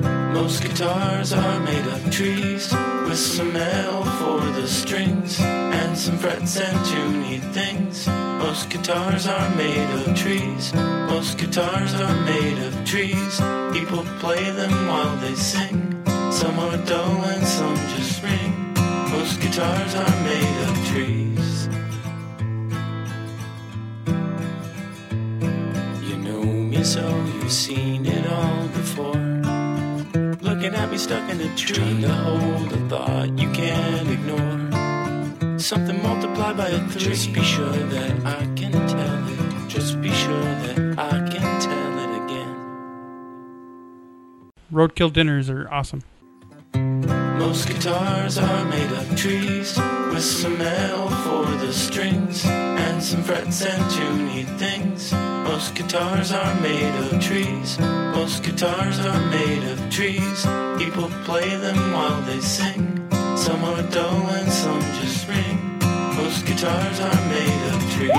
B: again. Most guitars are made of trees with some L for the strings and some frets and tuney things. Most guitars are made of trees. Most guitars are made of trees. People play them while they sing. Some are dull and some just ring. Most guitars are made of trees. You know me so you've seen it all before. Looking at me stuck in a tree. Trying to hold a thought you can't ignore. Something multiplied by a three. Just be sure that I can tell it. Just be sure that I can tell it again.
E: Roadkill dinners are awesome.
B: Most guitars are made of trees. With some L for the strings. And some frets and tuney things. Most guitars are made of trees. Most guitars are made of trees. People play them while they sing. Some are dull and some just ring. Most guitars are made of trees.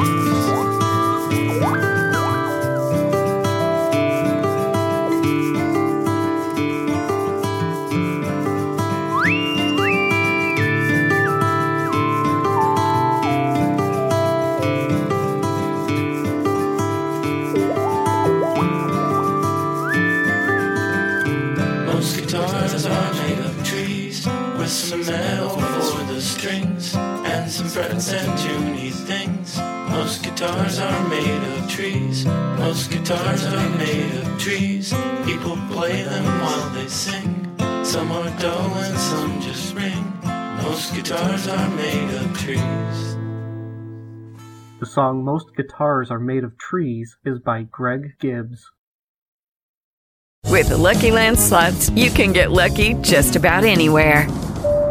B: Most guitars are made of trees with some metal for the strings and some frets and tuney things. Most guitars are made of trees. Most guitars are made of trees. People play them while they sing. Some are dull and some just ring. Most guitars are made of trees.
J: The song Most Guitars Are Made of Trees is by Greg Gibbs.
K: With the Lucky Land slots, you can get lucky just about anywhere.